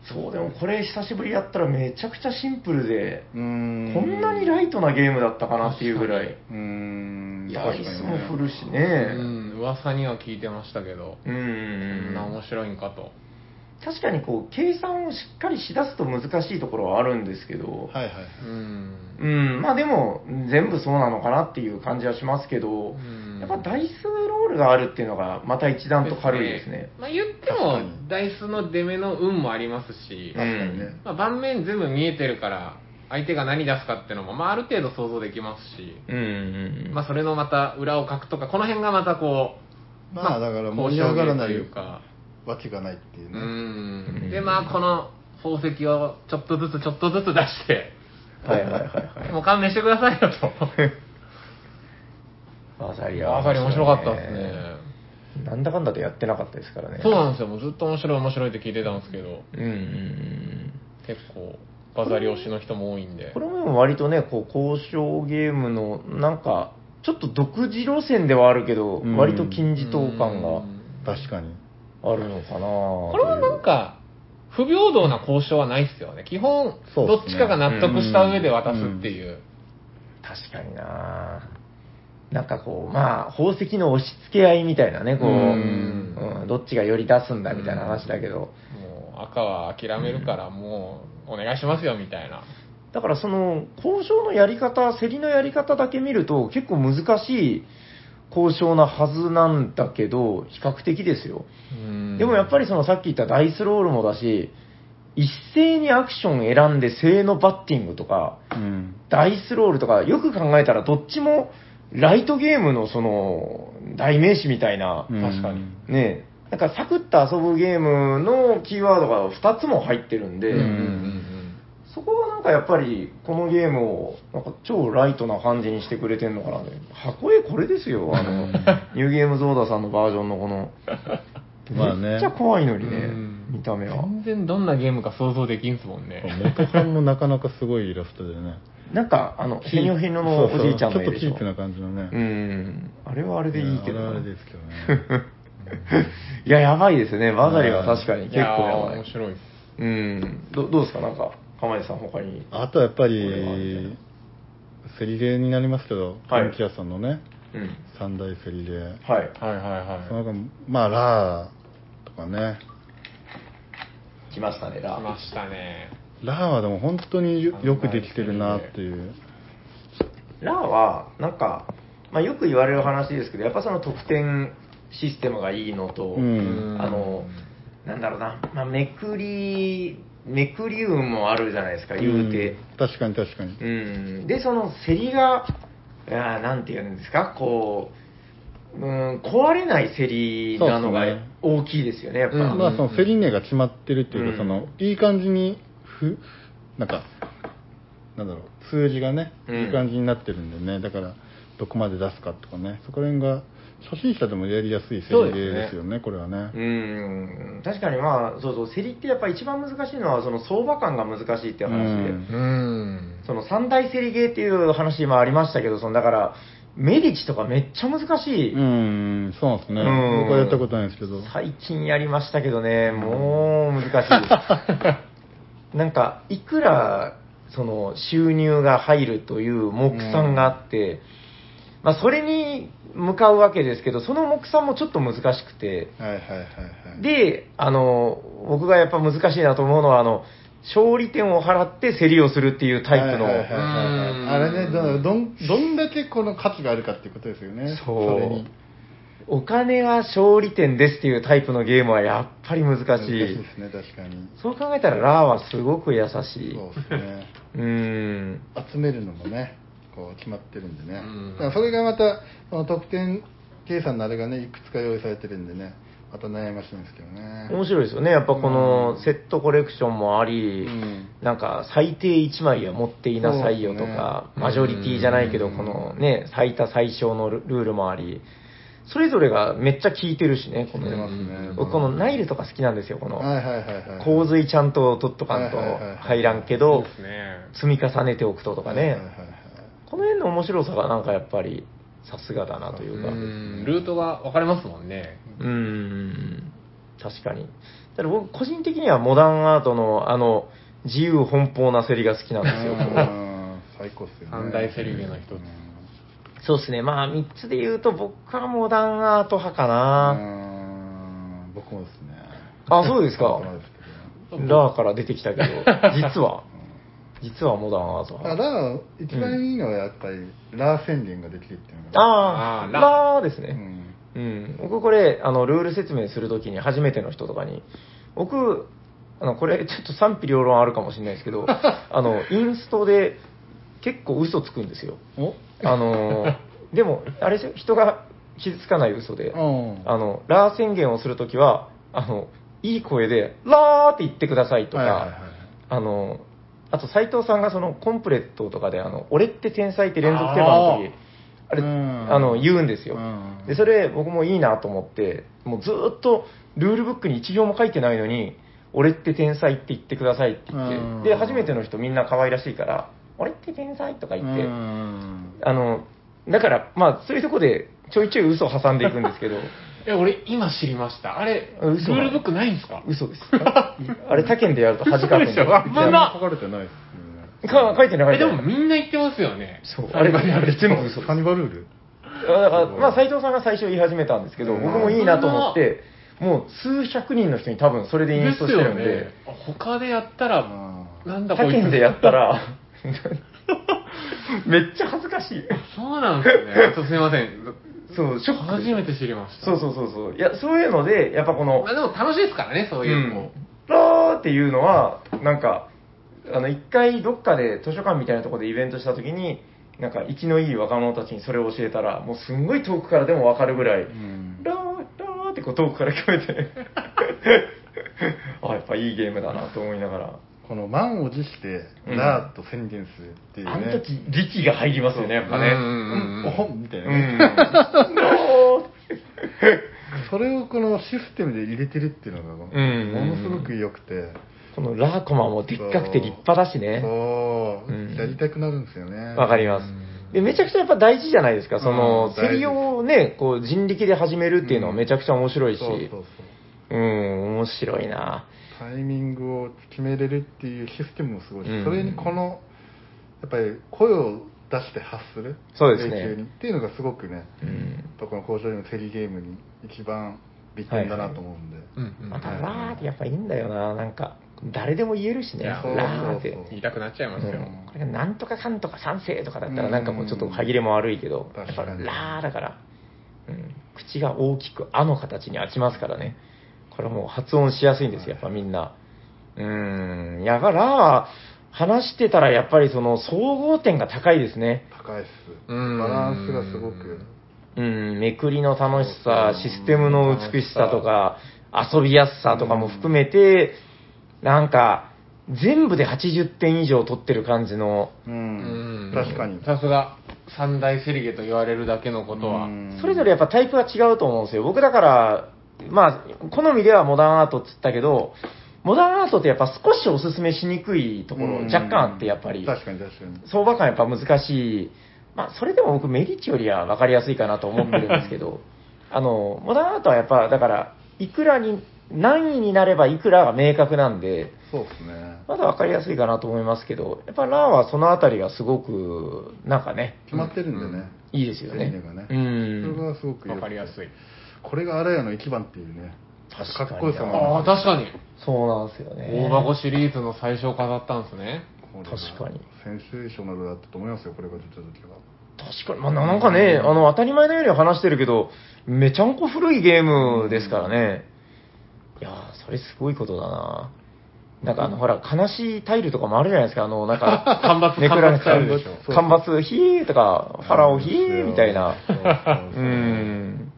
そう、でもこれ久しぶりやったらめちゃくちゃシンプルで、うーんこんなにライトなゲームだったかなっていうぐらい。うーんいや、確椅かに子ねも振るしうね。ん噂には聞いてましたけどうん。そんな面白いんかと確かにこう計算をしっかりしだすと難しいところはあるんですけど、はいはいはいうんうん、まあでも全部そうなのかなっていう感じはしますけど、やっぱダイスロールがあるっていうのがまた一段と軽いですね。まあ言って確かもにダイスの出目の運もありますしうん確かにねまあ盤面全部見えてるから相手が何出すかっていうのもまあある程度想像できますしうんうんうんまあそれのまた裏を書くとかこの辺がまたこうまあだから盛り上がらないわけがないっていううねんでまあこの宝石をちょっとずつちょっとずつ出してはいはいはいはい。もう勘弁してくださいよとバザリアやっぱり面白かったですね。なんだかんだでやってなかったですからね。そうなんですよもうずっと面白い面白いって聞いてたんですけどうんうんうん。結構バザリ推しの人も多いんでこれも割とね、こう、交渉ゲームの、なんか、ちょっと独自路線ではあるけど、うん割と金字塔感うがん確かにあるのかなこれはなんか不平等な交渉はないっすよね基本そうっすねどっちかが納得した上で渡すっていう確かにななんかこう、まあ、宝石の押し付け合いみたいなね、こう、ううんん、どっちがより出すんだみたいな話だけど、もう赤は諦めるからもうお願いしますよみたいなだからその、交渉のやり方、競りのやり方だけ見ると、結構難しい交渉なはずなんだけど、比較的ですよ。でもやっぱりそのさっき言ったダイスロールもだし、一斉にアクション選んで正のバッティングとか、うんダイスロールとか、よく考えたらどっちもライトゲームのその、代名詞みたいな、うん確かにねえ、なんかサクッと遊ぶゲームのキーワードが2つも入ってるんで、うんうんそこがなんかやっぱりこのゲームをなんか超ライトな感じにしてくれてるのかなね箱絵これですよ、あの、ニューゲームゾーダさんのバージョンのこの、 まあねめっちゃ怖いのうんにうねん、見た目は。全然どんなゲームか想像できんすもんね元カンもなかなかすごいイラストでねなんか、あの、ヘニョヘニョのおじいちゃんの絵でしょ。そうそうちょっとチープな感じのねうん。あれはあれでいいけどやな。あれあれですけどね いや、やばいですね。バザリは確かにい結構ややーばい。面白いっすうん。どどうですかなんか、かまさん他に。あとはやっぱこれはみりセリゲーになりますけどはい本気屋さんのねうん。三大セリゲーはい。はいはいはいその中まあラーとかね来ましたね、ラ来ましたねラーはでも本当によよくできてるなっていうラーは、なんか、まあ、よく言われる話ですけど、やっぱその得点システムがいいのと、うんあの、なんだろうな、まあ、めくり、めくり運もあるじゃないですか、言うて。ん確かに確かにうん、で、その競りが、あーなんていうんですか、こう、うん、壊れない競りなのがそうですね大きいですよね、やっぱ。うんまあそのセリネが決まってるっていううんかそのいい感じにふなんかなんだろう数字がねうんいい感じになってるんでねだからどこまで出すかとかねそこら辺が初心者でもやりやすいセリゲーですよねこれはねうん、確かにまあ、そうそう、競りってやっぱ一番難しいのは、その相場感が難しいっていう話で。うんうんその三大競りゲーっていう話もありましたけど、そのだから、メディチとかめっちゃ難しい。うんそうなんですねうん僕はやったことないですけど最近やりましたけどね、もう難し い。なんか、いくら、その、収入が入るという目算があって、まあ、それに向かうわけですけど、その目算もちょっと難しくて、はいはいはいはいで、あの、僕がやっぱ難しいなと思うのは、あの、勝利点を払って競りをするっていうタイプの、はいはいはいはいはいあれねどどんどんだけこの価値があるかっていうことですよねそうれにお金は勝利点ですっていうタイプのゲームはやっぱり難しい。ですね確かにそう考えたらラーはすごく優しい。そうですねうーん。集めるのもねこう決まってるんでうね、んだからそれがまたその得点計算のあれがねいくつか用意されてるんでねまた悩ましいんですけどね面白いですよね。やっぱこのセットコレクションもあり、うんなんか最低1枚は持っていなさいよとか、そうですねマジョリティじゃないけど、このね、最多最小のルルールもあり、それぞれがめっちゃ効いてるしね、この出ますね僕このナイルとか好きなんですよ、この。はいはいはいはい洪水ちゃんと取っとかんとはいはいはい入らんそけうどで、すね。積み重ねておくととかね、はいはいはいこの辺の面白さがなんかやっぱりさすがだなというか、ううんんルートが分かれますもんね。ん、確かに。ただ僕、個人的にはモダンアートのあの、自由奔放な競りが好きなんですよ、こうん最高っすよ三ね大セリゲの一つうんこそうですね、まあ3つで言うと僕はモダンアート派かな。うん僕もですねあ、そうですか僕。もですけどねラーから出てきたけど、実は、実はモダンアートあ派。ラー一番いいのはやっぱりラー宣言ができるっていうのがああーあ、ララーですね。うんうん、僕これあのルール説明するときに初めての人とかに僕あのこれちょっと賛否両論あるかもしれないです けどあのインストで結構嘘つくんですよおあ のでもあれですよ人が傷つかない嘘で、うんあのラー宣言をするときはあのいい声で「ラー」って言ってくださいとか、はいはいはいあのあと斉藤さんがそのコンプレットとかで「あの俺って天才」って連続テーマの時あれうんあの言うんですよ、うんでそれ僕もいいなと思ってもうずーっとルールブックに一行も書いてないのに「俺って天才」って言ってくださいって言って、うんで初めての人みんな可愛らしいから「俺って天才」とか言って、うんあのだからまあそういうとこでちょいちょい嘘を挟んでいくんですけどえ、俺今知りました。あれ、あル嘘だールブックないんですか嘘ですああれ他県でやると恥かくん嘘でしょで危一な番書かれてないっすか書いてない書いえ、てでないもみんな言ってますよね。そうあれまであれ全部よね嘘ですカニバルールあだから、まあ、斉藤さんが最初言い始めたんですけど、うん僕もいいなと思って、もう数百人の人に多分それでインストしてるんで、ですよね。他でやったら、あなんだこ他いつ。県でやったら、 めっちゃ恥ずかしい。そうなんですね。あとすいません。そう、ショック初でめて知りました。そうそうそうそう。いや、そういうので、やっぱこのまあ、でも楽しいですからね、そうういうのんも。、ラーっていうのは、なんか、あの、一回どっかで図書館みたいなところでイベントした時に、なんか、生きのいい若者たちにそれを教えたら、もうすんごい遠くからでもわかるぐらい、んラーラーってこう遠くから聞こえて あやっぱいいゲームだなと思いながら、この満を持してうんラーと宣言するっていうあのね時力が入りますよねやっぱうねうんんおほんみたういん なねラーそれをこのシステムで入れてるっていうのがもんのすごく良くて このラーコマもでっかくて立派だしねそううんやりたくなるんですよねわかりますでめちゃくちゃやっぱ大事じゃないですかそうんの競大事りをねこう人力で始めるっていうのはめちゃくちゃ面白いしそうそうそううん面白いなタイミングを決めれるっていうシステムもすごいし、うんそれにこのやっぱり声を出して発するそうですね冷静にっていうのがすごくねうんこの交渉の競りゲームに一番利点だなと思うんで、うんうんまたラーってやっぱいいんだよななんか誰でも言えるしねいやラそうーってそうそう言いたくなっちゃいますよ。うんこれがなんとかかんとか賛成とかだったうらんなんかもうちょっと歯切れも悪いけど、やっ確ぱかラにーだから、うん、口が大きく「あ」の形にあちますからねこれもう発音しやすいんですよやっぱみんなうーんやがら話してたらやっぱりその総合点が高いですね高いっすバうんランスがすごくうんめくりの楽しさうんシステムの美しさとか遊びやすさとかも含めてなんか全部で80点以上取ってる感じのううんん確かにさすが、三大セリゲと言われるだけのことは。うんそれぞれやっぱタイプが違うと思うんですよ。僕だから、まあ、好みではモダンアートっつったけど、モダンアートってやっぱ少しおすすめしにくいところうん若干あって、やっぱり。確かに確かに相場感やっぱ難しい。まあ、それでも僕メディッチよりは分かりやすいかなと思ってるんですけ ど、あの、モダンアートはやっぱ、だから、いくらに、何位になればいくらが明確なんで、そうっすねまだ分かりやすいかなと思いますけど、やっぱラーはそのあたりがすごく、なんかね、決まってるんでね、いいですよね。そういうのがねうん。それがすごく良わくかてりやすい。これが荒谷の一番っていうねかっこよさ確もかになああ、確かに。そうなんですよね。大箱シリーズの最初を飾ったんですね。これが確かにセンセーショナルだったと思いますよこれが出た時は確かに、まあ、なんかね、あの、当たり前のようには話してるけど、めちゃんこ古いゲームですからね。いやー、それすごいことだななんかあの、ほら、悲しいタイルとかもあるじゃないですか、あの、なんか、干ばつめくられ干ばつたタイルでしょ干ばつ、ひーとか、ファラオひそうですーよみたいな。そうそうう。そうん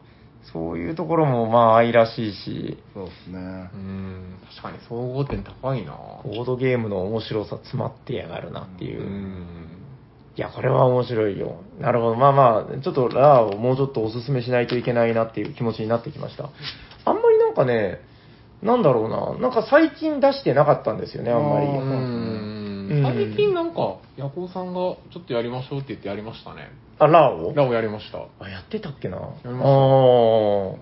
そういうところも、まあ、愛らしいし、そうですうねーん、確かに総合点高いなボードゲームの面白さ詰まってやがるなっていうう。ん。いや、これは面白いよ。なるほど。まあまあ、ちょっとラーをもうちょっとおすすめしないといけないなっていう気持ちになってきました。あんまりなんかね、なんだろうな、なんか最近出してなかったんですよね、あんまり。あうーん。最近なんか、ヤコウさんがちょっとやりましょうって言ってやりましたね。あ、ラーをラオやりました。あ、やってたっけな。あしたあー、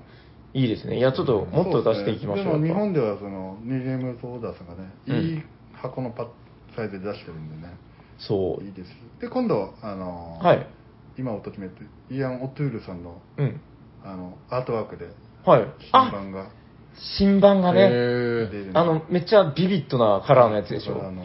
いいですね。いや、ちょっともっと出していきましょう。そうですねでも日本やっではそのニューゲームズオーダーさんがね、うんいい箱のパッサイズで出してるんでぱねそいいですで今度あの、う。はい。今おときめってイアン・オトゥールさんのうん。あのアートワークではい。新あ、版が新版がね、出へえ。るんであの、めっちゃビビッドなカラーのやつでしそうあょ。の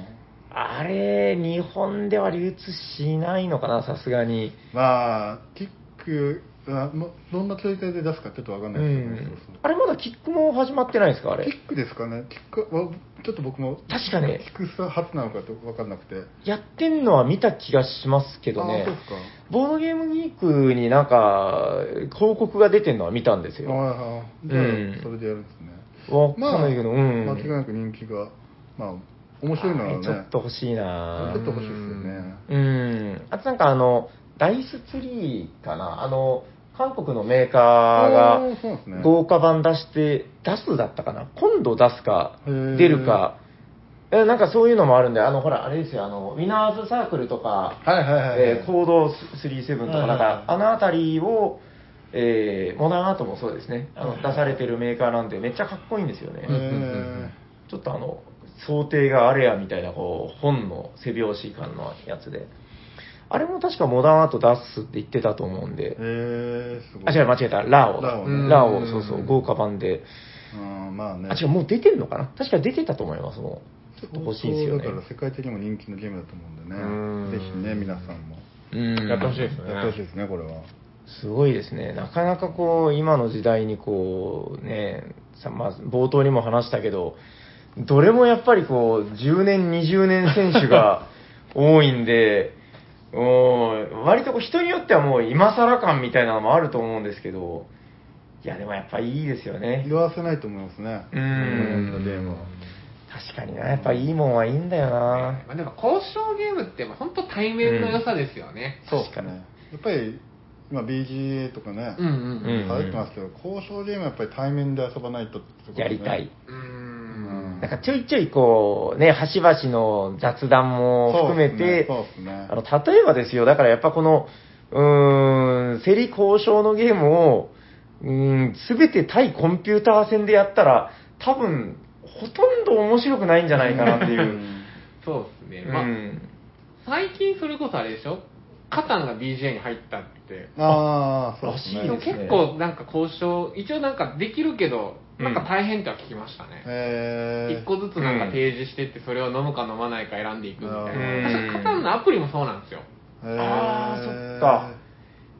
あれ、日本では流通しないのかな、さすがに。まあキックあもうどんな形態で出すかちょっとわかんうないですけど、んそうそうあれまだキックも始まってないですかあれキックですかねキックはちょっと僕も確かねキックスは初なのかと分かんなくてやってんのは見た気がしますけどあねそうですかボードゲームギークになんか広告が出てんのは見たんですよああじゃあうんそれでやるんですね、わかんないけど、うん間違いなく人気がまあ面白いのはあれねちょっと欲しいなちょっと欲しいですよねうんあとなんかあのダイスツリーかなあの韓国のメーカーがおーそうですね豪華版出して、出すだったかな今度出すか、へー出るか、えなんかそういうのもあるんで、あの、ほら、あれですよ、あの、ウィナーズサークルとか、はいはいはいはい、えー、コード37とか、はなんいはいはいか、あのあたりを、えーモダンアートもそうですね、あの出されてるメーカーなんで、めっちゃかっこいいんですよね。うんえちょっとあの、想定があれやみたいな、こう、本の背拍子感のやつで。あれも確かモダンアート出すって言ってたと思うんでー、、えー、すごいあ、違う、間違えた、ラーオだ。ラーオねラーオ、そうそうう、ん豪華版で。うんまあねあ、違う、もう出てんのかな確か出てたと思います、もう。ちょっと欲しいんですよね相当だ。から世界的にも人気のゲームだと思うんでねうんぜひね皆さんもうん。やってほしいですねやってほしいですねこれはすごいですね。なかなかこう、今の時代にこう、ね、さまあ、冒頭にも話したけど、どれもやっぱりこう、10年、20年選手 が多いんで、お割とこう人によってはもう今更感みたいなのもあると思うんですけど、いやでもやっぱいいですよね。色褪せないと思いますねうんいろんなゲームは確かにな、やっぱいいもんはいいんだよな。まあ、でも交渉ゲームって本当対面の良さですよね。確かに。ねやっぱり今 BGA とかね、うんうんうん流行ってますけど交渉ゲームはやっぱり対面で遊ばないとってことねやりたい。ううんんなんかちょいちょいこう、ね、端々の雑談も含めて、そうですねあの、例えばですよ、だからやっぱこの、うーん、競り交渉のゲームを、うーん、すべて対コンピューター戦でやったら、多分、ほとんど面白くないんじゃないかなっていうう。んそうでうすね。まあ、ん。最近それこそあれでしょカタンが BJ に入ったって。ああそうでらすしねいでもですね結構なんか交渉、一応なんかできるけど、うんなんか大変っては聞きましたね。えー一個ずつなんか提示してって、それを飲むか飲まないか選んでいくみたいうんな。確かカタンのアプリもそうなんですよ。えーあーそっか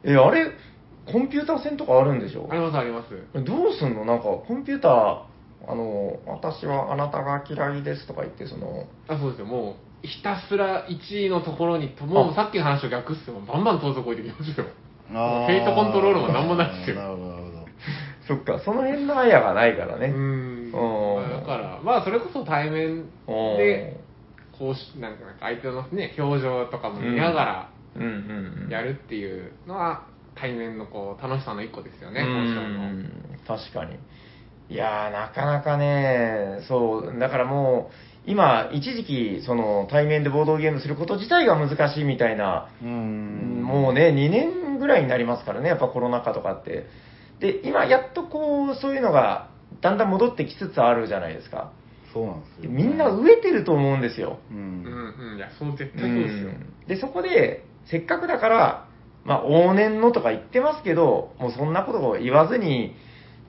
え、あれ、コンピューター戦とかあるんでしょありますあります。どうすんのなんか、コンピューター、あの、私はあなたが嫌いですとか言って、その、あそうですよ、もう、ひたすら1位のところに、もうさっきの話を逆っすよ、バンバン盗賊置いてきますよ。あーヘイトコントロールもなんもないですよなるほどなるほどそっか、その辺のあやがないからうね。ん。うんまあだから、まあ、それこそ対面うんで、こうし、なんか、相手のね、表情とかも見ながうんうんうらん。やるっていうのは、対面のこう、楽しさの一個ですよね、う交渉の。ん確かに。いやー、なかなかね、そう、だからもう、今、一時期、その、対面でボードゲームすること自体が難しいみたいな、うんもうね、2年ぐらいになりますからね、やっぱコロナ禍とかって。で、今、やっとこう、そういうのが、だんだん戻ってきつつあるじゃないですか。そうなんですよみんな飢えてると思うんですよ。ううんんうん、いや、そう絶対そうですよ。でそこでせっかくだから、まあ、往年のとか言ってますけどもうそんなことを言わずに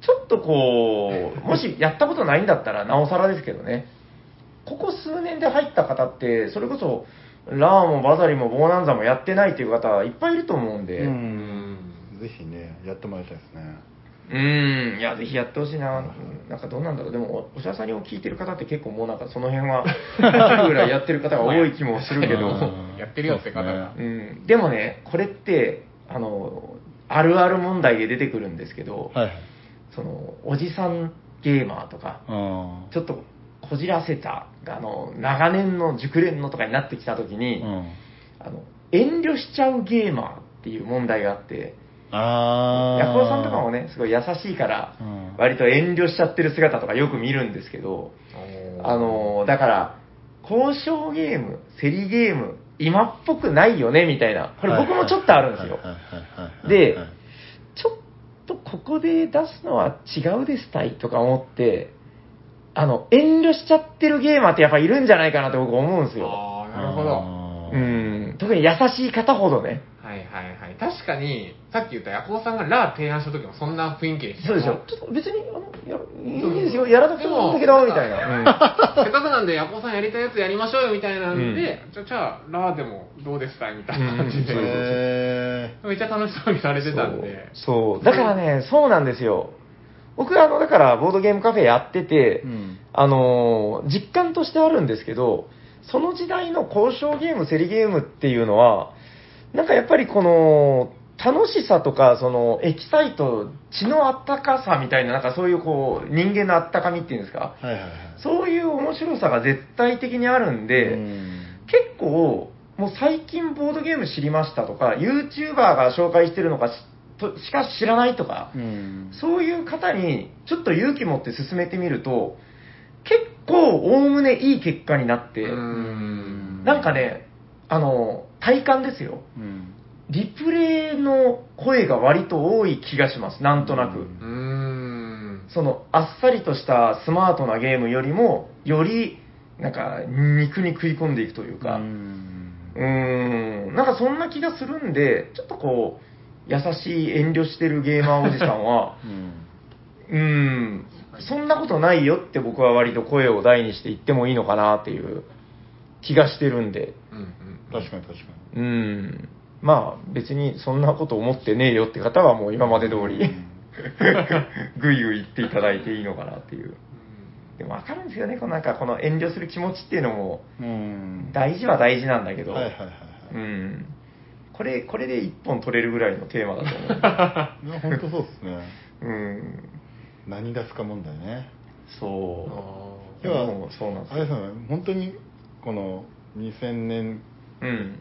ちょっとこう、もしやったことないんだったら、なおさらですけどね、ここ数年で入った方って、それこそ、ラーもバザリもボーナンザもやってないという方、いっぱいいると思うんで、ううんん。ぜひねやってもらいたいですねうん、いや、ぜひやってほしいな、なんかどうなんだろう、でも、おおしゃさんにを聞いてる方って結構もうなんか、その辺は、ぐらいやってる方が多い気もするけど、うんやってるよって方がそううですねん、でもね、これって、あの、あるある問題で出てくるんですけど、はいはいその、おじさんゲーマーとか、うんちょっとこじらせた、あの、長年の熟練のとかになってきたときに、うんあの、遠慮しちゃうゲーマーっていう問題があって、ああヤクオさんとかもね、すごい優しいから、うん割と遠慮しちゃってる姿とかよく見るんですけど、あのだから、交渉ゲーム、競りゲーム、今っぽくないよね、みたいな。これ僕もちょっとあるんですよ。ではいはいはいはいはいはいちょっとここで出すのは違うですたいとか思って、あの、遠慮しちゃってるゲーマーってやっぱいるんじゃないかなと僕思うんですよ。ああ、なるほど。あうーん。特に優しい方ほどね。はいはいはい。確かに、さっき言ったヤコウさんがラー提案した時もそんな雰囲気でしたそようでしょ。ちょっと別に、あの、やいいですよ、やらなくてもいいんだけでど、もみたいな。せっかくなんで、ヤコウさんやりたいやつやりましょうよみたいなんで、じゃじゃあ、ラーでもどうですかみたいな感じで、へめっちゃ楽しそうにされうんてたんで、そうそう。だからね、そうなんですよ。僕、あの、だから、ボードゲームカフェやってて、ーうんあのー実感としてあるんですけど、その時代の交渉ゲーム、競りゲームっていうのは、なんかやっぱりこの、楽しさとか、その、エキサイト、血のあったかさみたいな、なんかそういうこう、人間のあったかみっていうんですか、はいはいはいそういう面白さが絶対的にあるんで、うん結構、もう最近ボードゲーム知りましたとか、YouTuber が紹介してるのかしとしか知らないとか、うんそういう方にちょっと勇気持って進めてみると、結構おおむねいい結果になって、うんなんかね、あの、体感ですよ。うんリプレイの声が割と多い気がします、なんとなく。うんうん。その、あっさりとしたスマートなゲームよりも、より、なんか、肉に食い込んでいくというか、うんうーん、なんかそんな気がするんで、ちょっとこう、優しい遠慮してるゲーマーおじさんは、うんうーん、そんなことないよって僕は割と声を大にして言ってもいいのかなっていう気がしてるんで、うんうん。確かに確かうーにん、まあ別にそんなこと思ってねえよって方はもう今まで通り、 ぐいぐい言っていただいていいのかなっていう。でもわかるんですよね、このなんかこの遠慮する気持ちっていうのも、うん大事は大事なんだけど、はいはいはいはうん。これ、これで一本取れるぐらいのテーマだと思 いいや本当そうですね う。うん。何出すか問題ねそあう。要はもうそうなんですあれですよね本当にこの2000年うん。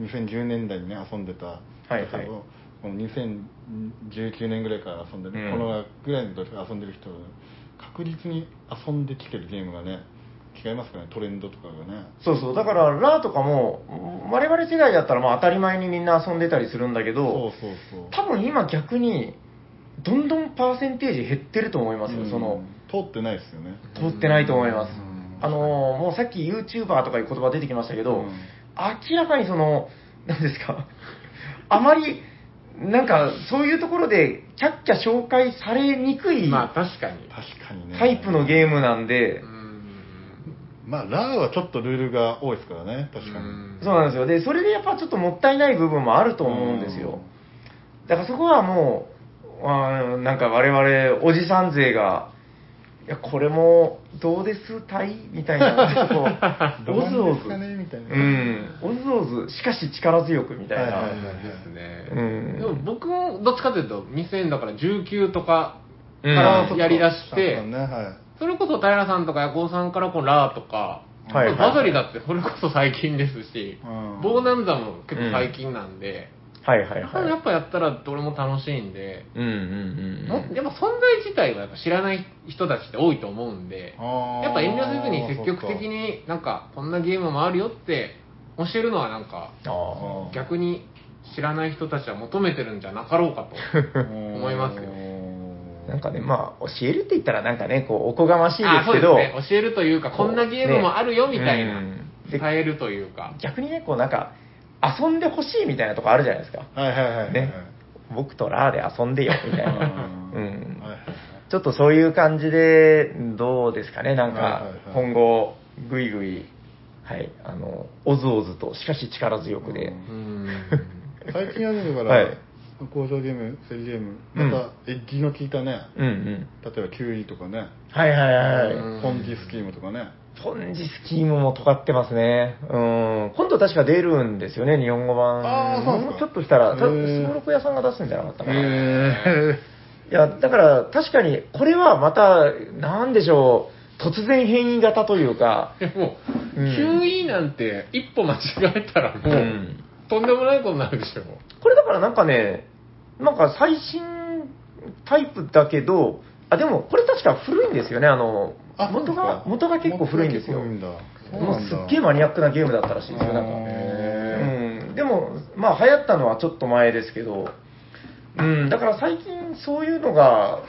2010年代にね遊んでたいはい例えばこの2019年ぐらいから遊んでる、うんこのぐらいの時から遊んでる人は確実に遊んできてるゲームがね違いますかねトレンドとかがねそうそう。だから、ラーとかも、我々世代だったらまあ当たり前にみんな遊んでたりするんだけそどう、そうそう多分今逆に、どんどんパーセンテージ減ってると思いますよ、その、うん通ってないですよね通ってないと思いますうん。あのーもうさっき YouTuber とかいう言葉出てきましたけど、うん明らかにその、なんですか、あまり、なんか、そういうところで、キャッキャ紹介されにくいん。まあ確かに。確かにねタイプのゲームなんうで、ん。まあラーはちょっとルールが多いですからね確かにうんそうなんですよ。で、それでやっぱちょっともったいない部分もあると思うんですよ。だからそこはもう、あーなんか我々、おじさん勢が、いや、これも、どうですたいみたいな、ちょっとこ どう、おずおうずです。かねみたいなうん、おずおず、しかし力強くみたいな。はいはいはいですね。うんでも僕もどっちかというと、2000だから19とかかうんらあーやり出しそっかそっかて、ねはいそれこそ平さんとかヤコウさんからこうラーとか、はいはいバザリだってそれこそ最近ですし、うんボーナンザも結構最近なんで、はいはいやっぱやはっぱやったらどれも楽しいんで、い。うんうんもやっぱ存在自体はやっぱ知らない人たちって多いと思うんで、やっぱ遠慮せずに積極的になんかこんなゲームもあるよって教えるのはなんかああ。逆に知らない人たちは求めてるんじゃなかろうかと。思いますよなんかね、まあ、教えるって言ったらなんかね、こう、おこがましいであすそうけですど、ね、教えるというか、こんなゲームもあるよみたいな、ねうんで伝えるというか、逆にね、こうなんか、遊んでほしいみたいなとこあるじゃないですか。はいはいはいはいね。僕とラーで遊んでよ、みたいな。うんうんはいはいはいちょっとそういう感じで、どうですかね、なんはいはかいはい、今後、ぐいぐい、はい、あの、おずおずと、しかし力強くで、うー ん。最近はねだから、はい工場ゲームセリゲームうんまたエッジの効いたね、うんうん。例えばキュウリとかねはいはいはいはい。うんポンジスキームとかねポンジスキームも尖ってますね。うん。今度確か出るんですよね、日本語版。あーそうなんでもすかうちょっとしたら、へーたスゴロク屋さんが出すんじゃなかったかな。えいや、だから確かに、これはまた、なんでしょう、突然変異型というか、でもう、うん QE なんて一歩間違えたらもう、うんとんでもないことになるでしょ。これだからなんかね、なんか最新タイプだけど、あ、でもこれ確か古いんですよね、あの、あそうで元すかが、元が結構古いんですよ。元が結構古いんだそうもなうんすだっげえマニアックなゲームだったらしいですよ、なんか。へうん、でも、まあ流行ったのはちょっと前ですけど、うん、だから最近そういうのが、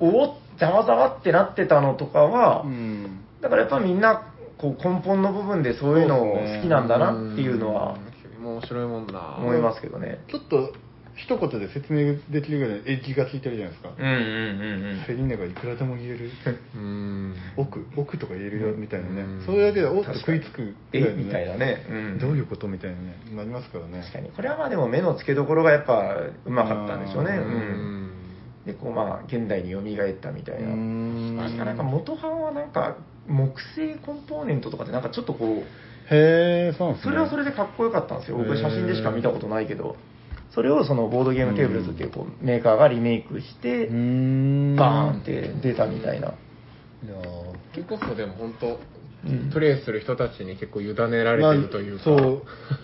おお、ざわざわってなってたのとかは、うんだからやっぱみんな、こう根本の部分でそういうのを好きなんだなっていうのはうん。もう面白いもんな。思いますけどね。ちょっと一言で説明できるぐらいエッジが効いてるじゃないですか、うんうんセリーナがいくらでも言え るうーん。奥奥とか言えるよみたいなね、うんそれだけでおっと確か食にいつくぐらえいのみたいなね。んどういうことみたいなねなりますからね確かに。これはまあでも目の付けどころがやっぱうまかったんでしょうね。ううんん。で、こうまあ現代に蘇ったみたいうーな。ん確かなんか元版はなんか木製コンポーネントとかでなんかちょっとこう、へえそうなんですねそれはそれでかっこよかったんですよ、僕、へー写真でしか見たことないけど、それをそのボードゲームテーブルズっていうこうメーカーがリメイクしてう、ーんバーンって出たみたいな、いやー結構でも本当、うんプレイする人たちに結構委ねられてるというか。まあそ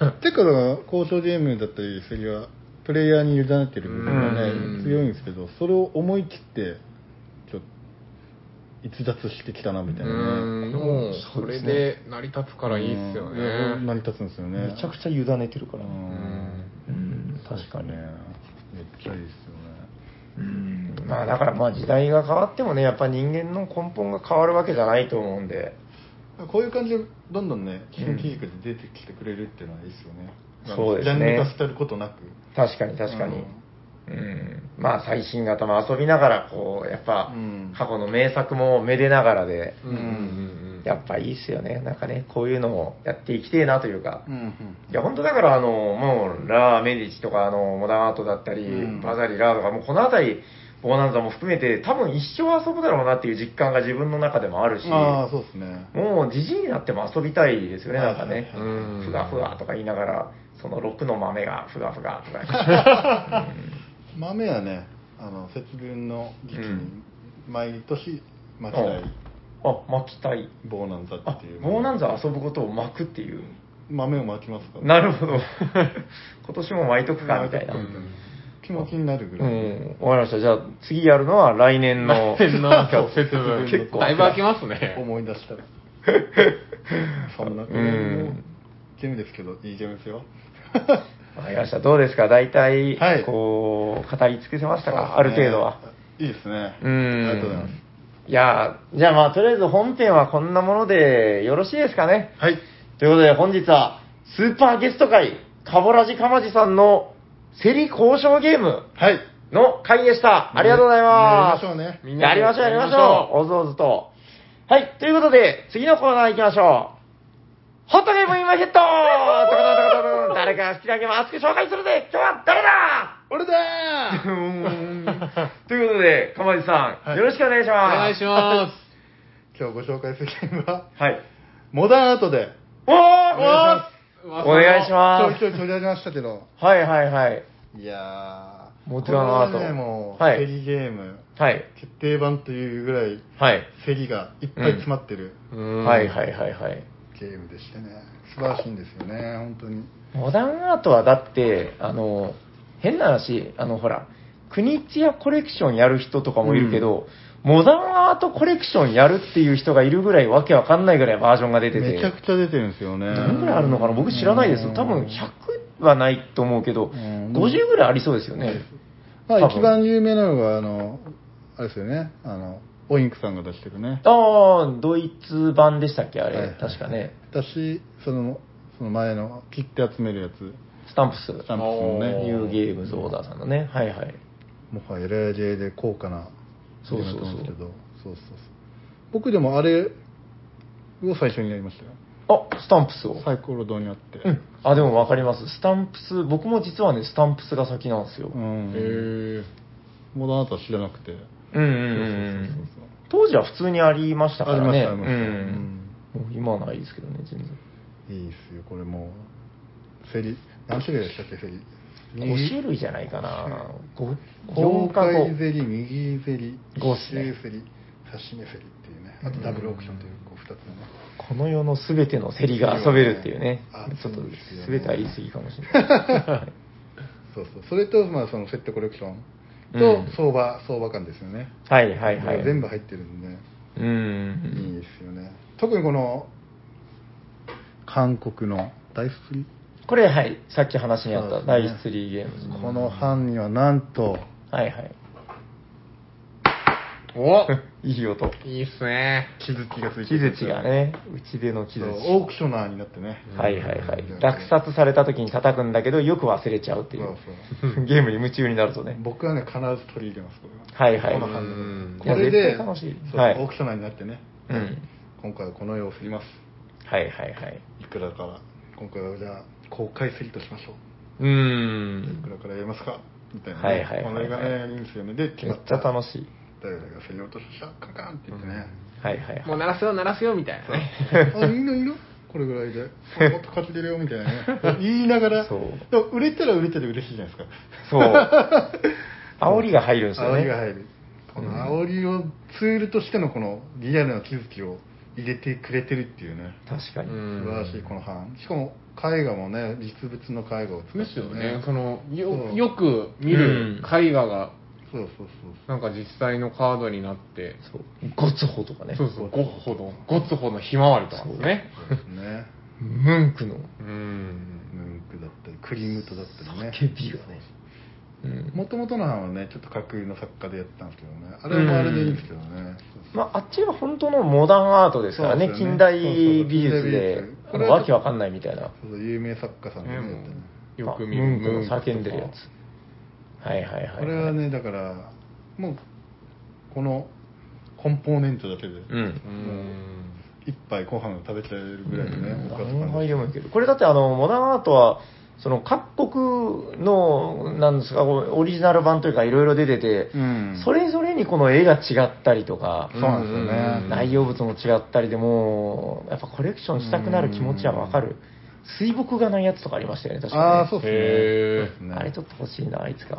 う てかだから交渉ゲームだったりそれはプレイヤーに委ねてる部分がうんね強いんですけどそれを思い切ってちょっと逸脱してきたなみたいなねん、もうそそうでれすねで成り立つからいいっすよね。うん成り立つんですよねめちゃくちゃ委ねてるから、ううんんうん、確かにね。めっちゃいいですよねうんまあだからまあ時代が変わってもね、やっぱ人間の根本が変わるわけじゃないと思うんで、こういう感じでどんどんね新規軸で出てきてくれるっていうのはいいですよね、うんそうですねジャンル化してることなく確かに確かに。うん、まあ最新型も遊びながら、こう、やっぱうん過去の名作もめでながらで、うんうんやっぱいいっすよね。なんかね、こういうのをやっていきてえなというかう。んうんいや、本当だから、あの、もう、ラー・メディチとか、あの、モダンアートだったり、うんバザリ・ラーとか、もうこのあたり、ボーナンザも含めて、多分一生遊ぶだろうなっていう実感が自分の中でもあるし、ああもそうですねう、じじいになっても遊びたいですよね、なんかね。うんうん。ふがふがとか言いながら、その6の豆がふがふがとか。豆はねあの節分の時期うにん毎年巻きたいあ、巻きたい。ボーナンザあっていう、ボーナンザ遊ぶことを巻くっていう。豆を巻きますからなるほど。今年も巻いとくか、みたいな。気持ちになるぐうらい、ん、わかりました。じゃあ、次やるのは来年の。来年の節分結構。だいぶ空きますね。思い出し たらそんなこれのゲームですけどいいゲームですよわかりました。どうですか大体、はいこう、語り尽くせましたか、あそるうですね程度は。いいですねうん。ありがとうございますいやーじゃあまあ、とりあえず本編はこんなものでよろしいですかね。はいということで、本日は、スーパーゲスト会、カボラジカマジさんの、競り交渉ゲームはいの会でした。ありがとうございます。やりましょうねみんなやでりましょう、やりましやりましょう。おずおずと。はい、ということで、次のコーナー行きましょう。ホットゲームインマーケットトコトコトコトン誰かが好きなゲームを熱く紹介するぜ今日は誰だ俺 だーということで、かまじさん、はいよろしくお願いしおます。願いしま今日ご紹介するゲームはす。はい。モダンアートでおーす。お願いしちょまいちょい取り上げましたけどす。はいはいはい。いやーモダンアートこれはねもう、はいセリゲームはい。決定版というぐらいはい。セリがいっぱい詰まってるす。うんはいはいはいはい。ゲームでしてね素晴らしいんですよね本当にモダンアートはだって、あの、変な話、あの、ほら、国津屋コレクションやる人とかもいるけど、モダンアートコレクションやるっていう人がいるぐらいわけわかんないぐらいバージョンが出てて。めちゃくちゃ出てるんですよねどんぐらいあるのかな僕知らないですうん多分100はないと思うけど、50んぐらいありそうですよね。ま多あ分一番有名なのがあのあれですよねあのオインクさんが出してるねああ、ドイツ版でしたっけあれ、はい確かね。私そのその前の切って集めるやつスタンプス。スタンプスのおねニューゲームズオーダーさんのね。はいはい。もはやレアゲーで高価なそうそうそうけどそうそうそう僕でもあれを最初にやりましたよあ、スタンプスを。サイコロ堂にあって、うん。あ、でもわかります。スタンプス、僕も実はね、スタンプスが先なんですよ。うん、へえもうあなたは知らなくてうんうんそううそうそんうそう当時は普通にありましたからね。ありましたありましたうん。もう今はないですけどね、全然。いいっすよこれもうセリ何種類でしたっけセリ5種類じゃないかな。5、豪5か快5。ゼリ右ゼリ五っすね正ゼリ刺身ゼリっていうねあとダブルオプションというこう2つのねこの世のすべてのセリが遊べるっていうねあ。ちょっとそうですよね、すべては言い過ぎかもしれない。 はいそうそうそれと、まあ、そのセットコレクションうんと相場、相場感ですよねはいはいはい。全部入ってるんでねうんいいですよね特にこの韓国のダイスフリこれ、はい、さっき話にあった、そうダでイすねス3ゲームズ。この班にはなんとはいはい。 おいい音。いいっすね。気づきがついて木る槌がね、内出の木そう槌。オークショナーになってねはいはいはいうん。落札された時に叩くんだけど、よく忘れちゃうっていそうう。そ ゲームに夢中になるとうね。僕はね必ず取り入れますこれははいはい。こ反の応班のいやこれで絶対楽しいそうはいオークショナーになってねうん。今回はこの絵を振りますはいはいはい。いくらだから今回はじゃあ公開するとしましょううーいくん。らからやりますかみたいな、はいはいこはいはいの映画ねいいんですよねで決めまっっちゃた楽しい。誰々が競り落としたカンカンって言ってね、はいはいもうは鳴らすよ、鳴らすよ、みたいなね。あいいのいいのこれぐらい でもっと買ってるよみたいなね言いながらそうでも売れたら売れたで嬉しいじゃないですかい。そう。 煽りが入るんですよ煽りがね。入るこの煽りをツールとしてのこのリアルな気づきを入れてくれてるっていうね確かうに。ん素晴らしいこの版しかも絵画もね実物の絵画を使ってですよね、そのそようよく見る絵画が、そうそうなんか実際のカードになって、そう。ごつほとかね。そうそう、ゴッホの、ゴッツホのひまわりとかですね。そうそうね ムンクのうん。ムンクだったりクリムトだったりね叫びがね。うんもともとの版はねちょっと架空の作家でやったんですけどねあれはもうあれでいいんですけどねまあ、あっちは本当のモダンアートですからね、そうですよね近代美術そうでそう近代美術、あのわけわかんないみたいな、そうそう有名作家さんでねやったねよく見あるムンクの叫んでるやムンクとかつ。はいはいはい。これは、ねだからもうこのコンポーネントだけでうんう。ん。一杯ご飯を食べちゃえるぐらいのね、おかず何感杯ででもいける。これだって、あの、モダンアートは、その各国の、なんですか、こうオリジナル版というか、いろいろ出てて、うんそれぞれにこの絵が違ったりとか、そうなんですよね、うん内容物も違ったりでもう、やっぱコレクションしたくなる気持ちはわかる。水墨画のやつとかありましたよね、確かにね。ああそうっすねへーそうっすねあれちょっと欲しいな、あいつが。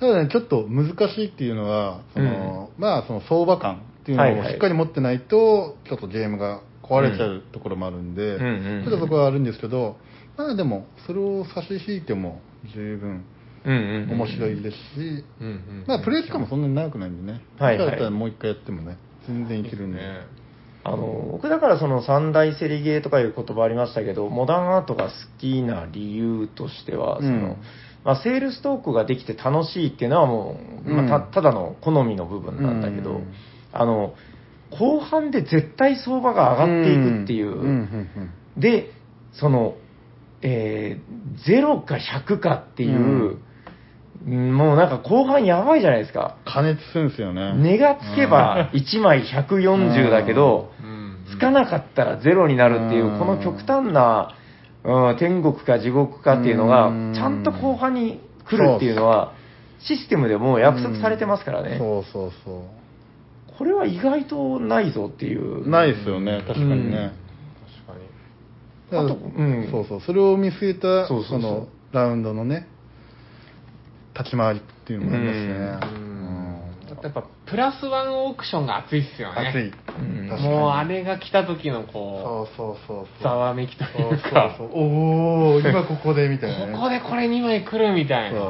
ただねちょっと難しいっていうのはその、まあその相場感っていうはいのはをいしっかり持ってないとちょっとゲームが壊れちゃうところもあるんで、うんうんうんちょっとそこはあるんですけどまあでもそれを差し引いても十分うんうんうん面白いですし、うんうん。まあプレイ時間もそんなに長くないんでね、はいはいだったらもう一回やってもね全然いけるんで、ねあの僕だからその三大セリゲーとかいう言葉ありましたけどモダンアートが好きな理由としてはその、うんまあ、セールストークができて楽しいっていうのはもう、うんまあたただの好みの部分なんだけど、うんあの後半で絶対相場が上がっていくっていう、んうんでその、えー、0か100かっていう、もうなんか後半やばいじゃないですか。加熱するんですよね値がつけば1枚140だけど、うん。つかなかったらゼロになるっていうう、んこの極端な、うん、天国か地獄かっていうのがうん、ちゃんと後半に来るっていうのは、システムでもう約束されてますからね。そうそうそこれは意外とないぞっていう。うないですよね確かにね、確かに。だからあとうんそうそうそれを見据えたそうそうそうそのラウンドのね立ち回りっていうのもありますねううんん。やっぱプラスワンオークションが熱いっすよね。熱い、うん確かにもうあれが来た時のこそうそうそうう、ざそうわめきとそいううか、そうそうおお今ここでみたいな、ね、ここでこれ2枚来るみたいな。そう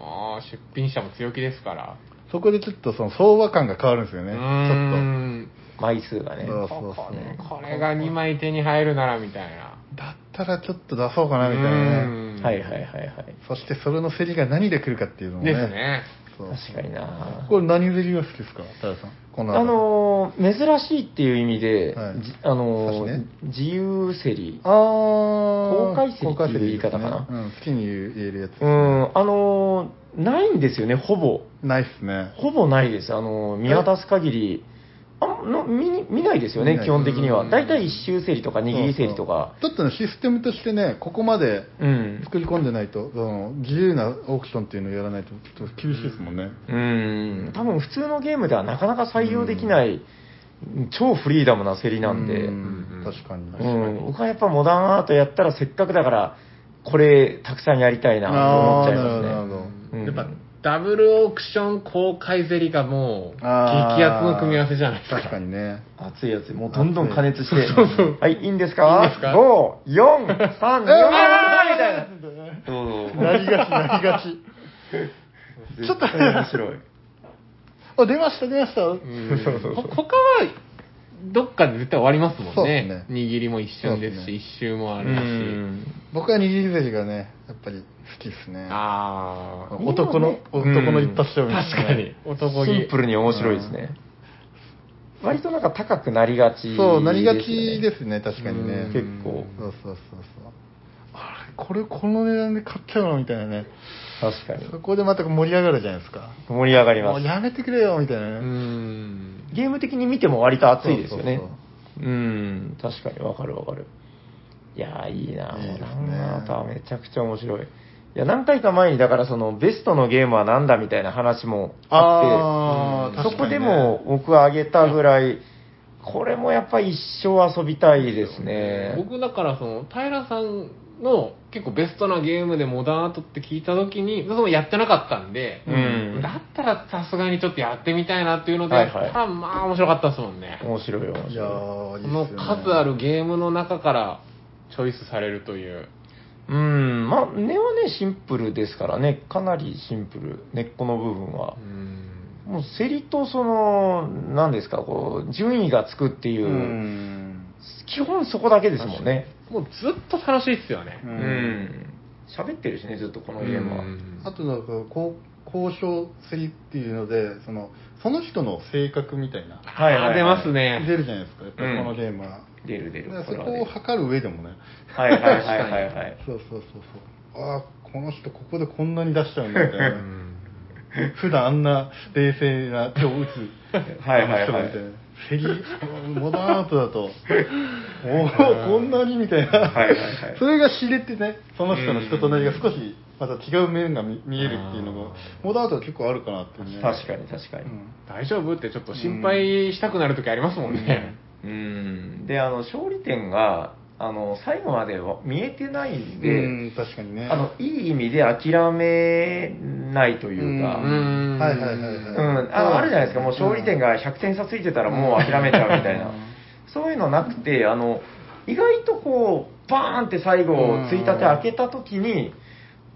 もう出品者も強気ですから。そこでちょっとその相場感が変わるんですよねうちーょっん枚数がね。そうそうここねそうこれが2枚手に入るならみたいな。とだったらちょっと出そうかなみたいなねうんはいはいはいはい。そしてそれの競りが何で来るかっていうのもねですね。そう確かになこれ何釣りが好きですか平さんこのあのー珍しいっていう意味で、はいじあのー刺しね自由競りあー公開競りっていう言い方かな公開競りですねうん、好きに言えるやつですうね、んあのーないんですよねほぼないっすねほぼないですあのー見渡す限りあの見に見ないですよ見ねない基本的にはうん大体一周競りとか握り競りとかそうそうちょっとねシステムとしてねここまでうん作り込んでないとその自由なオークションっていうのをやらないとちょっと厳しいですもんね、うん多分普通のゲームではなかなか採用できない超フリーダムな競りなんでううん確かに、うん、僕はやっぱモダンアートやったらせっかくだから、これたくさんやりたいなと思っちゃいますあーなるほどなるほね。どうんやっぱダブルオークション公開ゼリがもう激あーアツの組み合わせじゃないですか確かにね熱い熱い、もうどんどん加熱して。はい、いいんですいいんかですか ?5、4、3、4、みたいな。そうそうなりがちなりがちちょっと絶対面白い。あ出ました出ました、うんそうそうそほう他はどっかで絶対終わりますもそうんでねすね握りも一瞬ですしそうで一周もあうるしん僕は握りゼリがねやっぱり好きですねああ男の、男の一発勝負です確ねかに男気シンプルに面白いですね。割となんか高くなりがちですよね。そうなりがちですね確かにねうん結構。そうそうそうそうあれこれこの値段で買っちゃうのみたいなね確かに。そこでまた盛り上がるじゃないですか盛り上がりもまうす。やめてくれよみたいなうねんゲーム的に見ても割と熱いですよね。そううーん、確かにわかるわかる。いやー、いいなぁ。いいですねなんかめちゃくちゃ面白い。いや、何回か前に、だからその、ベストのゲームはなんだみたいな話もああって、ー確そかこにでねも僕はあげたぐらい、これもやっぱ一生遊びたいですね。僕だからその平さんの結構ベストなゲームでモダンアートって聞いた時にそのやってなかったんで、うんだったらさすがにちょっとやってみたいなっていうので、はいはいこれはまあ面白かったですもんね面白いよ、面いや白ーいいこっすよのね数あるゲームの中からチョイスされるというい。うん、まあ、根はね、シンプルですからね、かなりシンプル、根っこの部分はう。んもう、競りとその、何ですか、こう、順位がつくっていうう、ん基本そこだけですもんね。もうずっと楽しいっすよね、ううんん。喋ってるしね、ずっとこのゲームは。うんあとなんかこう交渉競りっていうのでそのその人の性格みたいなはいはいはいあ出ますね出るじゃないですかやっぱりこのうんゲームは、出る出だるこか。らそれはこ出をる測る上でもねはいはいはいはいはい。そうそうそうそうああこの人ここでこんなに出しちゃうんだみたいう な、ん普段あんな冷静な手を打つはいはいはいあの人みたなセリモダンアートだ とおおこんなにみたいな、はいはいはいそれが知れてねその人の人となりが少しまた違う面が見見えるっていうのがモダンアートは結構あるかなっていうね確かに確かに。大丈夫ってちょっと心配したくなる時ありますもんね、うん。で、あの、勝利点が、あの、最後までは見えてないんうで、ん、うん、確かにねあの、いい意味で諦めないというか、ううんんはいはいはいはいああるじゃないですか、もう勝利点がが100点差ついてたらもう諦めちゃうみたいな。 そういうのなくて、あの、意外とこう、バーンって最後うん、ついたて開けた時に、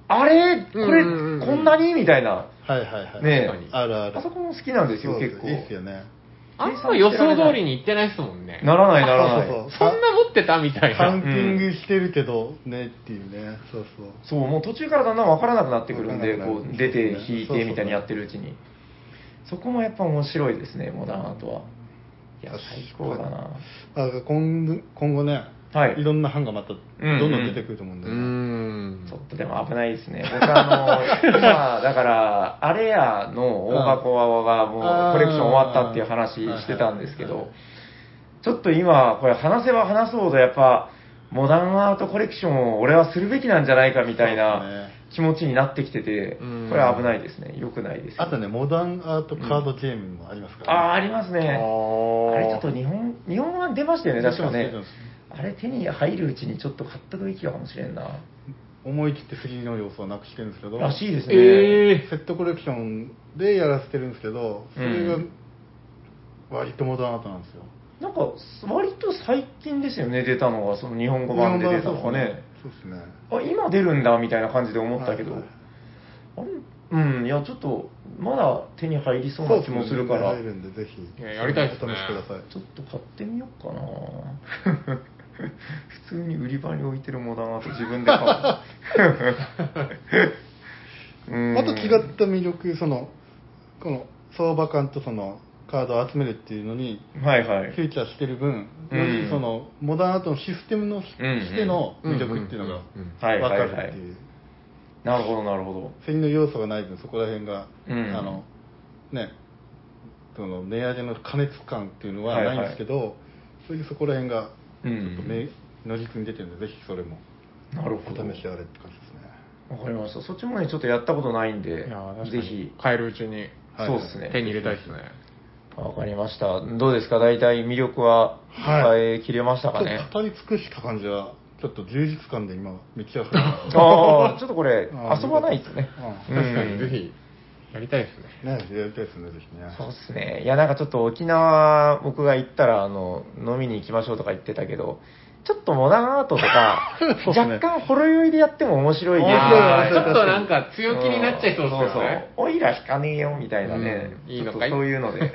あれこれ、うんうんうんこんなにみたいな。はいはいはいね確かにあるあるあそこも好きなんですよ、そう結構。いいっす よねあんま予想通りにいってないですもんねなら ない、ならない。そそううそうそんな持ってたみたいカウなンティングしてるけどねっていうねそうそうもう途中からだんだん分からなくなってくるんで、分からなくなこるう、出て、引いそうそうてみたいにやってるうちに。そこもやっぱ面白いですね、モダンアートは。いや、確かに最高だな。だから今後今後ね、はいろんな版がまたどうんんどん出てくると思うんうだよね、んちょっとでも危ないですね。僕あの、今、だから、アレアの大箱泡がもうコレクション終わったっていう話してたんですけど、ちょっと今、これ話せば話すほどやっぱ、モダンアートコレクションを俺はするべきなんじゃないかみたいな気持ちになってきててうん、これは危ないですね。良くないですよ。あとねモダンアートカードゲームもありますかああ、ら、ありますね。あーあれちょっと日本、日本は出ましたよね、確か出ねてます出あて。れ手に入るうちにちょっと買っとくべきかもしれんな。思い切って3の要素はなくしてるんですけどらしいですね。えセットコレクションでやらせてるんですけどそれうがん割とモダンアートなんですよ、なんか、割と最近ですよね、出たのが、その日本語版で出たのがね。そうですねあ、今出るんだ、みたいな感じで思ったけど。はいはいあれうん、いや、ちょっと、まだ手に入りそうな気もするから、入るんでぜひいややりたいですねお試しくださいちょっと買ってみようかな 普通に売り場に置いてるモダンアート自分で買う。うん また違った魅力そのこの相場感とそのカードを集めるっていうのにはいはフい。ューチャーしてる分、うんよりそのモダンアートのシステムのしうんうんしての魅力っていうのがうんうんうんはい分はいかはるいっていうなるほど、なるほど。戦の要素がない分そこら辺が、うんあのねその値上げの過熱感っていうのはないんですけど、そういうそこら辺がうちんょっとめ如実に出てるんでぜひそれもなるおほど。試しあれって感じですねわかりました。そっちもね、ちょっとやったことないんで、いやー確かぜにひ、買えるうちにはいそうですね。手に入れたいですね。わかりました。どうですか大体魅力ははい伝えきれましちょたっかね、と語り尽くした感じはちょっと充実感で今満ち溢れて ますああ、ちょっとこれ、あー遊ばないとね。ううんん確かに、ぜひ、やりたいですね。ねやりたいですねぜひね、そうですね。いや、なんかちょっと沖縄、僕が行ったら、あの、飲みに行きましょうとか言ってたけど、ちょっとモダンアートとか そうっすね若干ほろ酔いでやっても面白いゲームあ面ー白い面白いちょっとなんか強気になっちゃいそうですよね。そうそう。オイラ引かねえよみたいなね。うんいいちのょっとかいそういうので。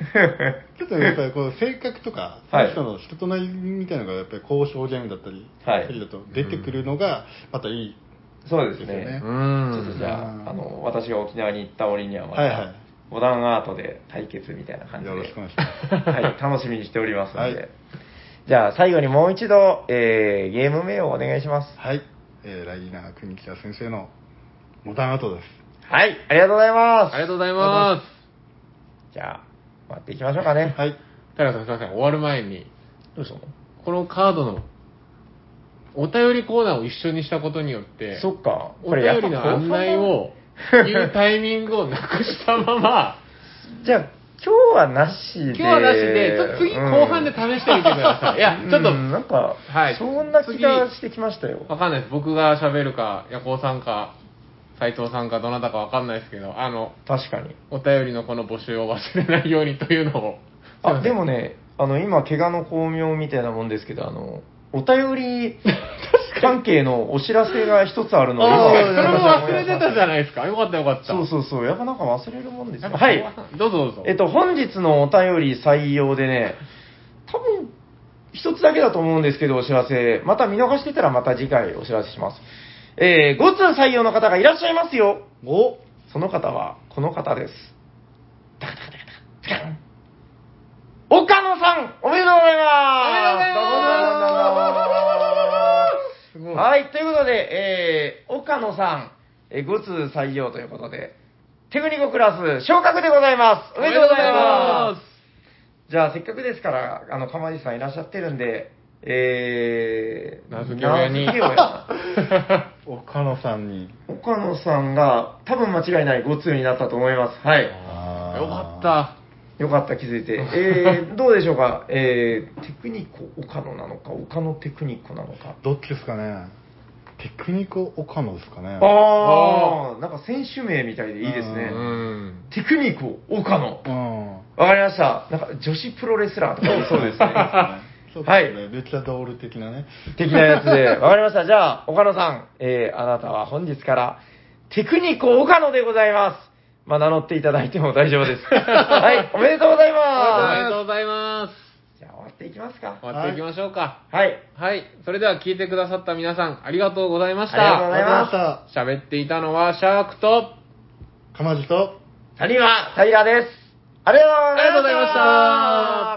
ちょっとやっぱりこう性格とか、はいその人の人となりみたいなのがやっぱりこう証言だったり、はいだと出てくるのがまたいい、そうですですよねね。んちょっとじゃうんあ、あの、私が沖縄に行った折にはまはいはたい、モダンアートで対決みたいな感じで。よろしくお願いしますはい、楽しみにしておりますので。はいじゃあ、最後にもう一度、えーゲーム名をお願いします。はい、えー、ライナー国木田先生のモダンアートですはい、ありがとうございます。ありがとうございまじゃあ、待っていきましょうかね。はいす。平さん、すいません、終わる前に、どうしたのこのカードの、お便りコーナーを一緒にしたことによって、そっか、お便りやっのぱ案内を、言うタイミングをなくしたまま、じゃあ、今日はなし で。今日はなしで、ちょっと次後半で試してみてください。いや、ちょっと、うんなんか、はいそんな気がしてきましたよ。わかんないです。僕が喋るか、ヤコウさんか、斉藤さんか、どなたかわかんないですけど、あの、確かに。お便りのこの募集を忘れないようにというのを。あ、でもね、あの、今、怪我の巧妙みたいなもんですけど、あの、お便り関係のお知らせが一つあるのをああ、今それも忘れてたじゃないですか。よかったよかった。そうそうそう、やっぱなんか忘れるもんですやっよ。ぱはい。どうぞどうぞ。えっと、本日のお便り採用でね、多分、一つだけだと思うんですけど、お知らせ。また見逃してたらまた次回お知らせします。えー、5通採用の方がいらっしゃいますよおその方は、この方です。タカタカタカタカタカン岡野さん、おめでとおめでとううございますございますすごいはい、ということで、えー、岡野さん、えー、5通採用ということで、テクニコクラス昇格でございます。おめでとうございます。じゃあ、せっかくですから、あの、かまじさんいらっしゃってるんで、えー、名付け親に名付け 親岡野さんに岡野さんが、多分間違いない5通になったと思います。はい。あーよかった。よかった、気づいて。え ー、どうでしょうか、えー、テクニコ岡野なのか、岡野テクニコなのか。どっちですかねテクニコ岡野ですかねあー、なんか選手名みたいでいいですうね。ん。テクニコ岡野。うんわかりました。なんか女子プロレスラーとか そうですね。そうですね、はい。ルチャドール的なね的なやつで。わかりました。じゃあ、岡野さん、えー、あなたは本日から、テクニコ岡野でございます。まあ、名乗っていただいても大丈夫 です。はい、おめでとうございおめまでとうございます。す。じゃあ、終わっていきますか。終わっていきましょうか。はい。はい。それでは聞いてくださった皆さん、ありがとうございました。ありがとうございますま喋っていたのはシャークと、たかまじと谷は平です。ありがとうございました。ありがとうございました